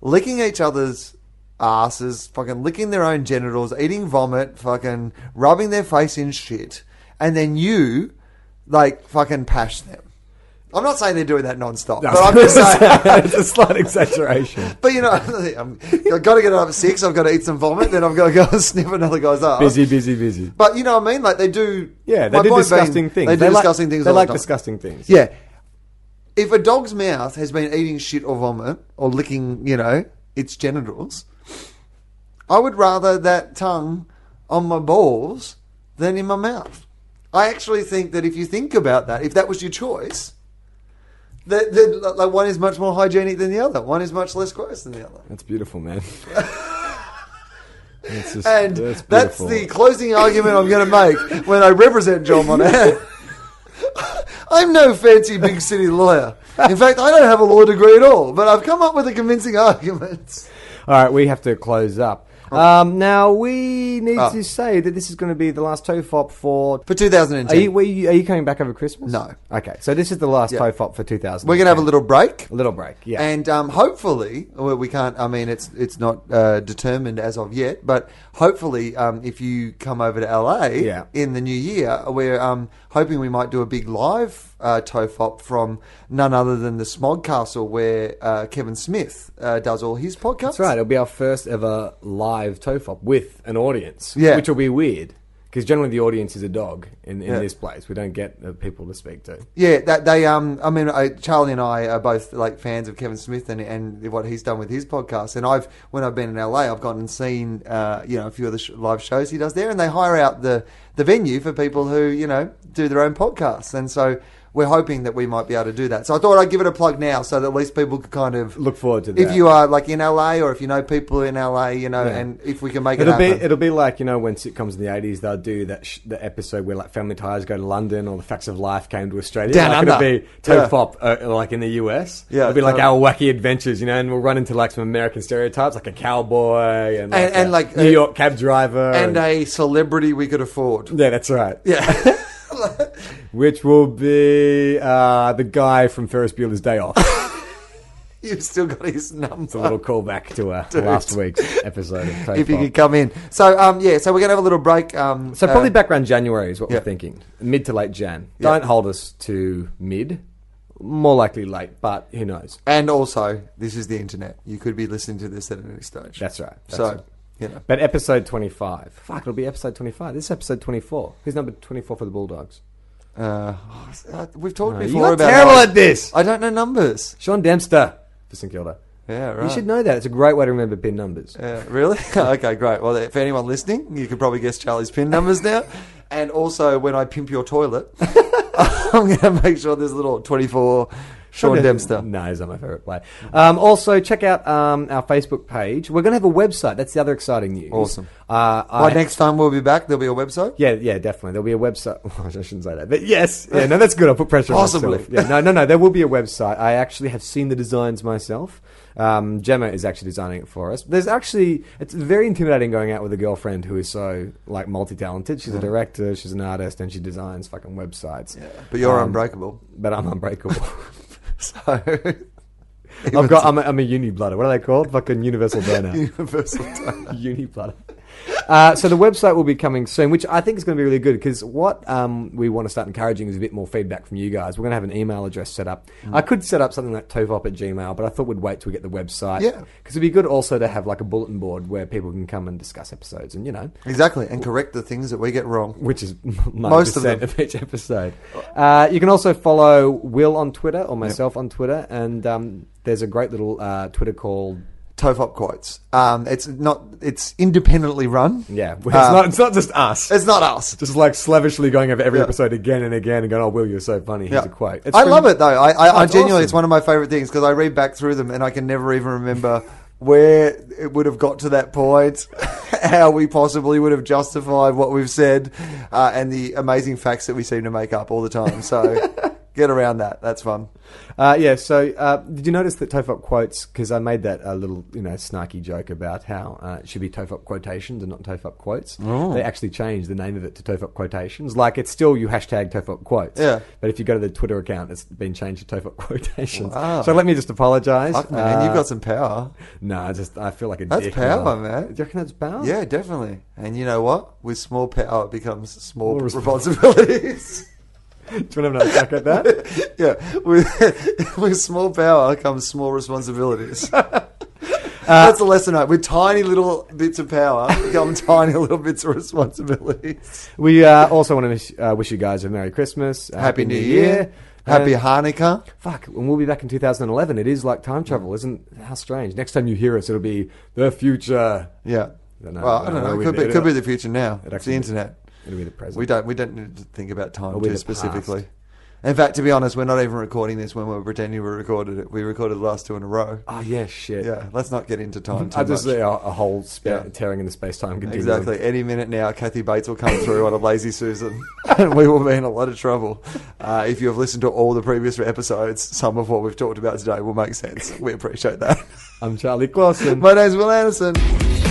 B: licking each other's asses, fucking licking their own genitals, eating vomit, fucking rubbing their face in shit. And then you, like, fucking pash them. I'm not saying they're doing that nonstop, but I'm just saying.
A: it's a slight exaggeration.
B: But you know, I'm, I've got to get up at six. I've got to eat some vomit. Then I've got to go and sniff another guy's ass.
A: Busy, busy, busy.
B: But you know what I mean? Like they do.
A: Yeah, they
B: my
A: do
B: point being,
A: disgusting things.
B: They do disgusting
A: like,
B: things.
A: They
B: all
A: like
B: the time.
A: disgusting things.
B: Yeah. If a dog's mouth has been eating shit or vomit or licking, you know, its genitals, I would rather that tongue on my balls than in my mouth. I actually think that if you think about that, if that was your choice, that, that like one is much more hygienic than the other. One is much less gross than the other.
A: That's beautiful, man. That's just-
B: And that's,
A: that's
B: the
A: beautiful.
B: closing argument I'm going to make when I represent John Monahan. I'm no fancy big city lawyer. In fact, I don't have a law degree at all, but I've come up with a convincing argument.
A: All right, we have to close up. Um, now we need
B: Oh.
A: to say that this is going to be the last toe fop for.
B: For
A: Are
B: 2010,
A: you, were you, are you coming back over Christmas?
B: No.
A: Okay, so this is the last
B: Yeah.
A: toe fop for 2000.
B: we're going to have a little break.
A: a little break. Yeah.
B: And um, hopefully, well, we can't. I mean, it's it's not uh, determined as of yet, but hopefully, um, if you come over to LA
A: Yeah.
B: in the new year, we're um, hoping we might do a big live uh, tofop from none other than the Smog Castle, where uh, Kevin Smith uh, does all his podcasts.
A: That's right. It'll be our first ever live tofop with an audience,
B: Yeah.
A: which will be weird because generally the audience is a dog in, in
B: Yeah.
A: this place. We don't get the people to speak to.
B: Yeah, that they um, I mean, I, Charlie and I are both like fans of Kevin Smith and and what he's done with his podcast. And I've when I've been in LA, I've gone and seen uh, you know a few of the sh- live shows he does there, and they hire out the the venue for people who you know do their own podcasts. And so we're hoping that we might be able to do that. So I thought I'd give it a plug now, so that at least people could kind of
A: Look forward to that.
B: If you are like in LA, or if you know people in LA, you know,
A: Yeah.
B: and if we can make it
A: It'll be
B: happen.
A: it'll be like you know when sitcoms in the eighties they'll do that sh- the episode where like Family Ties go to London or The Facts of Life came to Australia.
B: Down
A: like,
B: under.
A: It'll be tofop uh, like in the US.
B: Yeah,
A: it'll be like
B: so-
A: our wacky adventures, you know, and we'll run into like some American stereotypes like a cowboy and like,
B: And- and,
A: a
B: like,
A: New
B: uh,
A: York cab driver
B: and a celebrity we could afford.
A: yeah, that's right.
B: Yeah.
A: Which will be uh, the guy from Ferris Bueller's Day Off.
B: You've still got his number.
A: A little callback to uh, last week's episode of Toast
B: if you
A: Box.
B: could come in. So um, yeah, so we're gonna have a little break. Um,
A: So
B: uh,
A: probably background January is what
B: Yeah.
A: we're thinking. Mid to late Jan.
B: Yeah.
A: Don't hold us to mid. More likely late, but who knows?
B: and also this is the internet. You could be listening to this at any stage.
A: That's right. That's
B: so
A: right.
B: you know,
A: But episode 25. Fuck, it'll be episode 25. This is episode 24. Who's number 24 for the Bulldogs?
B: uh, uh, we've
A: No,
B: talked before
A: you're
B: about
A: terrible
B: how-
A: at this.
B: I don't know numbers.
A: Sean Dempster for St Kilda.
B: Yeah, right.
A: You should know that. It's a great way to remember pin numbers.
B: Uh, really? okay, great. Well, if anyone listening, you could probably guess Charlie's pin numbers now. And also, when I pimp your toilet, I'm going to make sure there's a little 24 Sean Dempster.
A: No, he's not my favourite player. Um, also, check out um, our Facebook page. We're going to have a website. That's the other exciting news.
B: Awesome.
A: Uh,
B: By
A: I-
B: next time we'll be back, there'll be a website.
A: Yeah, yeah, definitely. There'll be a website. Oh, I shouldn't say that, but yes, yeah, no, that's good. I'll put pressure on
B: Possibly.
A: myself. Yeah, no, no, no. There will be a website. I actually have seen the designs myself. Um, Gemma is actually designing it for us. There's actually it's very intimidating going out with a girlfriend who is so like multi-talented. She's a director, she's an artist, and she designs fucking websites.
B: But you're
A: Um,
B: unbreakable.
A: But I'm unbreakable.
B: So,
A: I've got. I'm a, I'm a uni bladder. What are they called? Fucking universal burnout.
B: universal time.
A: Uni platter. Uh, so the website will be coming soon, which I think is going to be really good because what um, we want to start encouraging is a bit more feedback from you guys. We're going to have an email address set up. I could set up something like tovop at Gmail, but I thought we'd wait till we get the website.
B: Yeah.
A: because it'd be good also to have like a bulletin board where people can come and discuss episodes, and you know,
B: Exactly. And correct the things that we get wrong.
A: which is
B: Most
A: most
B: of
A: of,
B: them.
A: of each episode. Uh, you can also follow Will on Twitter or myself on Twitter, and um, there's a great little uh, Twitter called
B: Tofop quotes. Um, it's not. It's independently run.
A: yeah. It's
B: Um,
A: not it's not just us.
B: It's not us.
A: just like slavishly going over every
B: Yeah.
A: episode again and again and going, "Oh, Will, you're so funny." Here's a quote. It's
B: I
A: from-
B: love it though. I, I, I
A: it's
B: genuinely,
A: awesome.
B: it's one of my favorite things because I read back through them and I can never even remember where it would have got to that point, how we possibly would have justified what we've said, uh, and the amazing facts that we seem to make up all the time. So get around that. That's fun.
A: Uh, yeah. So, uh, did you notice that Tofop quotes? Because I made that a little, you know, snarky joke about how uh, it should be Tofop quotations and not Tofop quotes.
B: Oh.
A: They actually changed the name of it to Tofop quotations. Like it's still you hashtag Tofop quotes.
B: Yeah.
A: But if you go to the Twitter account, it's been changed to Tofop quotations.
B: Wow.
A: So let me just apologise.
B: Fuck, man,
A: Uh,
B: you've got some power.
A: No, I just I feel like a
B: That's
A: dick
B: power,
A: now.
B: man.
A: Do you reckon that's power?
B: Yeah, definitely. And you know what? With small power, it becomes small
A: More
B: responsibilities.
A: Do you want to have another crack at that?
B: yeah, with, with small power comes small responsibilities. That's
A: Uh,
B: the lesson, right? With tiny little bits of power come tiny little bits of responsibilities.
A: We uh, also want to wish, uh, wish you guys a Merry Christmas, a
B: Happy New Year. Happy
A: and
B: Hanukkah.
A: fuck, and we'll be back in 2011. It is like time travel, isn't? How strange! Next time you hear us, it'll be the future.
B: Yeah.
A: Don't know.
B: well, I
A: Don't
B: don't
A: know.
B: know. It
A: We
B: could, be,
A: did
B: it could
A: it.
B: be the future
A: It
B: now. It's the
A: actually-
B: internet.
A: It'll be the present.
B: We don't. We don't need to think about time
A: Or be
B: too
A: the
B: specifically.
A: past.
B: In fact, to be honest, we're not even recording this when we're pretending we recorded it. We recorded the last two in a row.
A: Oh yeah, shit.
B: Yeah, let's not get into time too
A: I just
B: much.
A: see a, a whole spa-
B: Yeah.
A: tearing in the space time continuum.
B: Exactly. Any minute now, Kathy Bates will come through on a lazy Susan, and we will be in a lot of trouble. Uh, if you have listened to all the previous episodes, some of what we've talked about today will make sense. We appreciate that.
A: I'm Charlie Clausen.
B: My name's Will Anderson.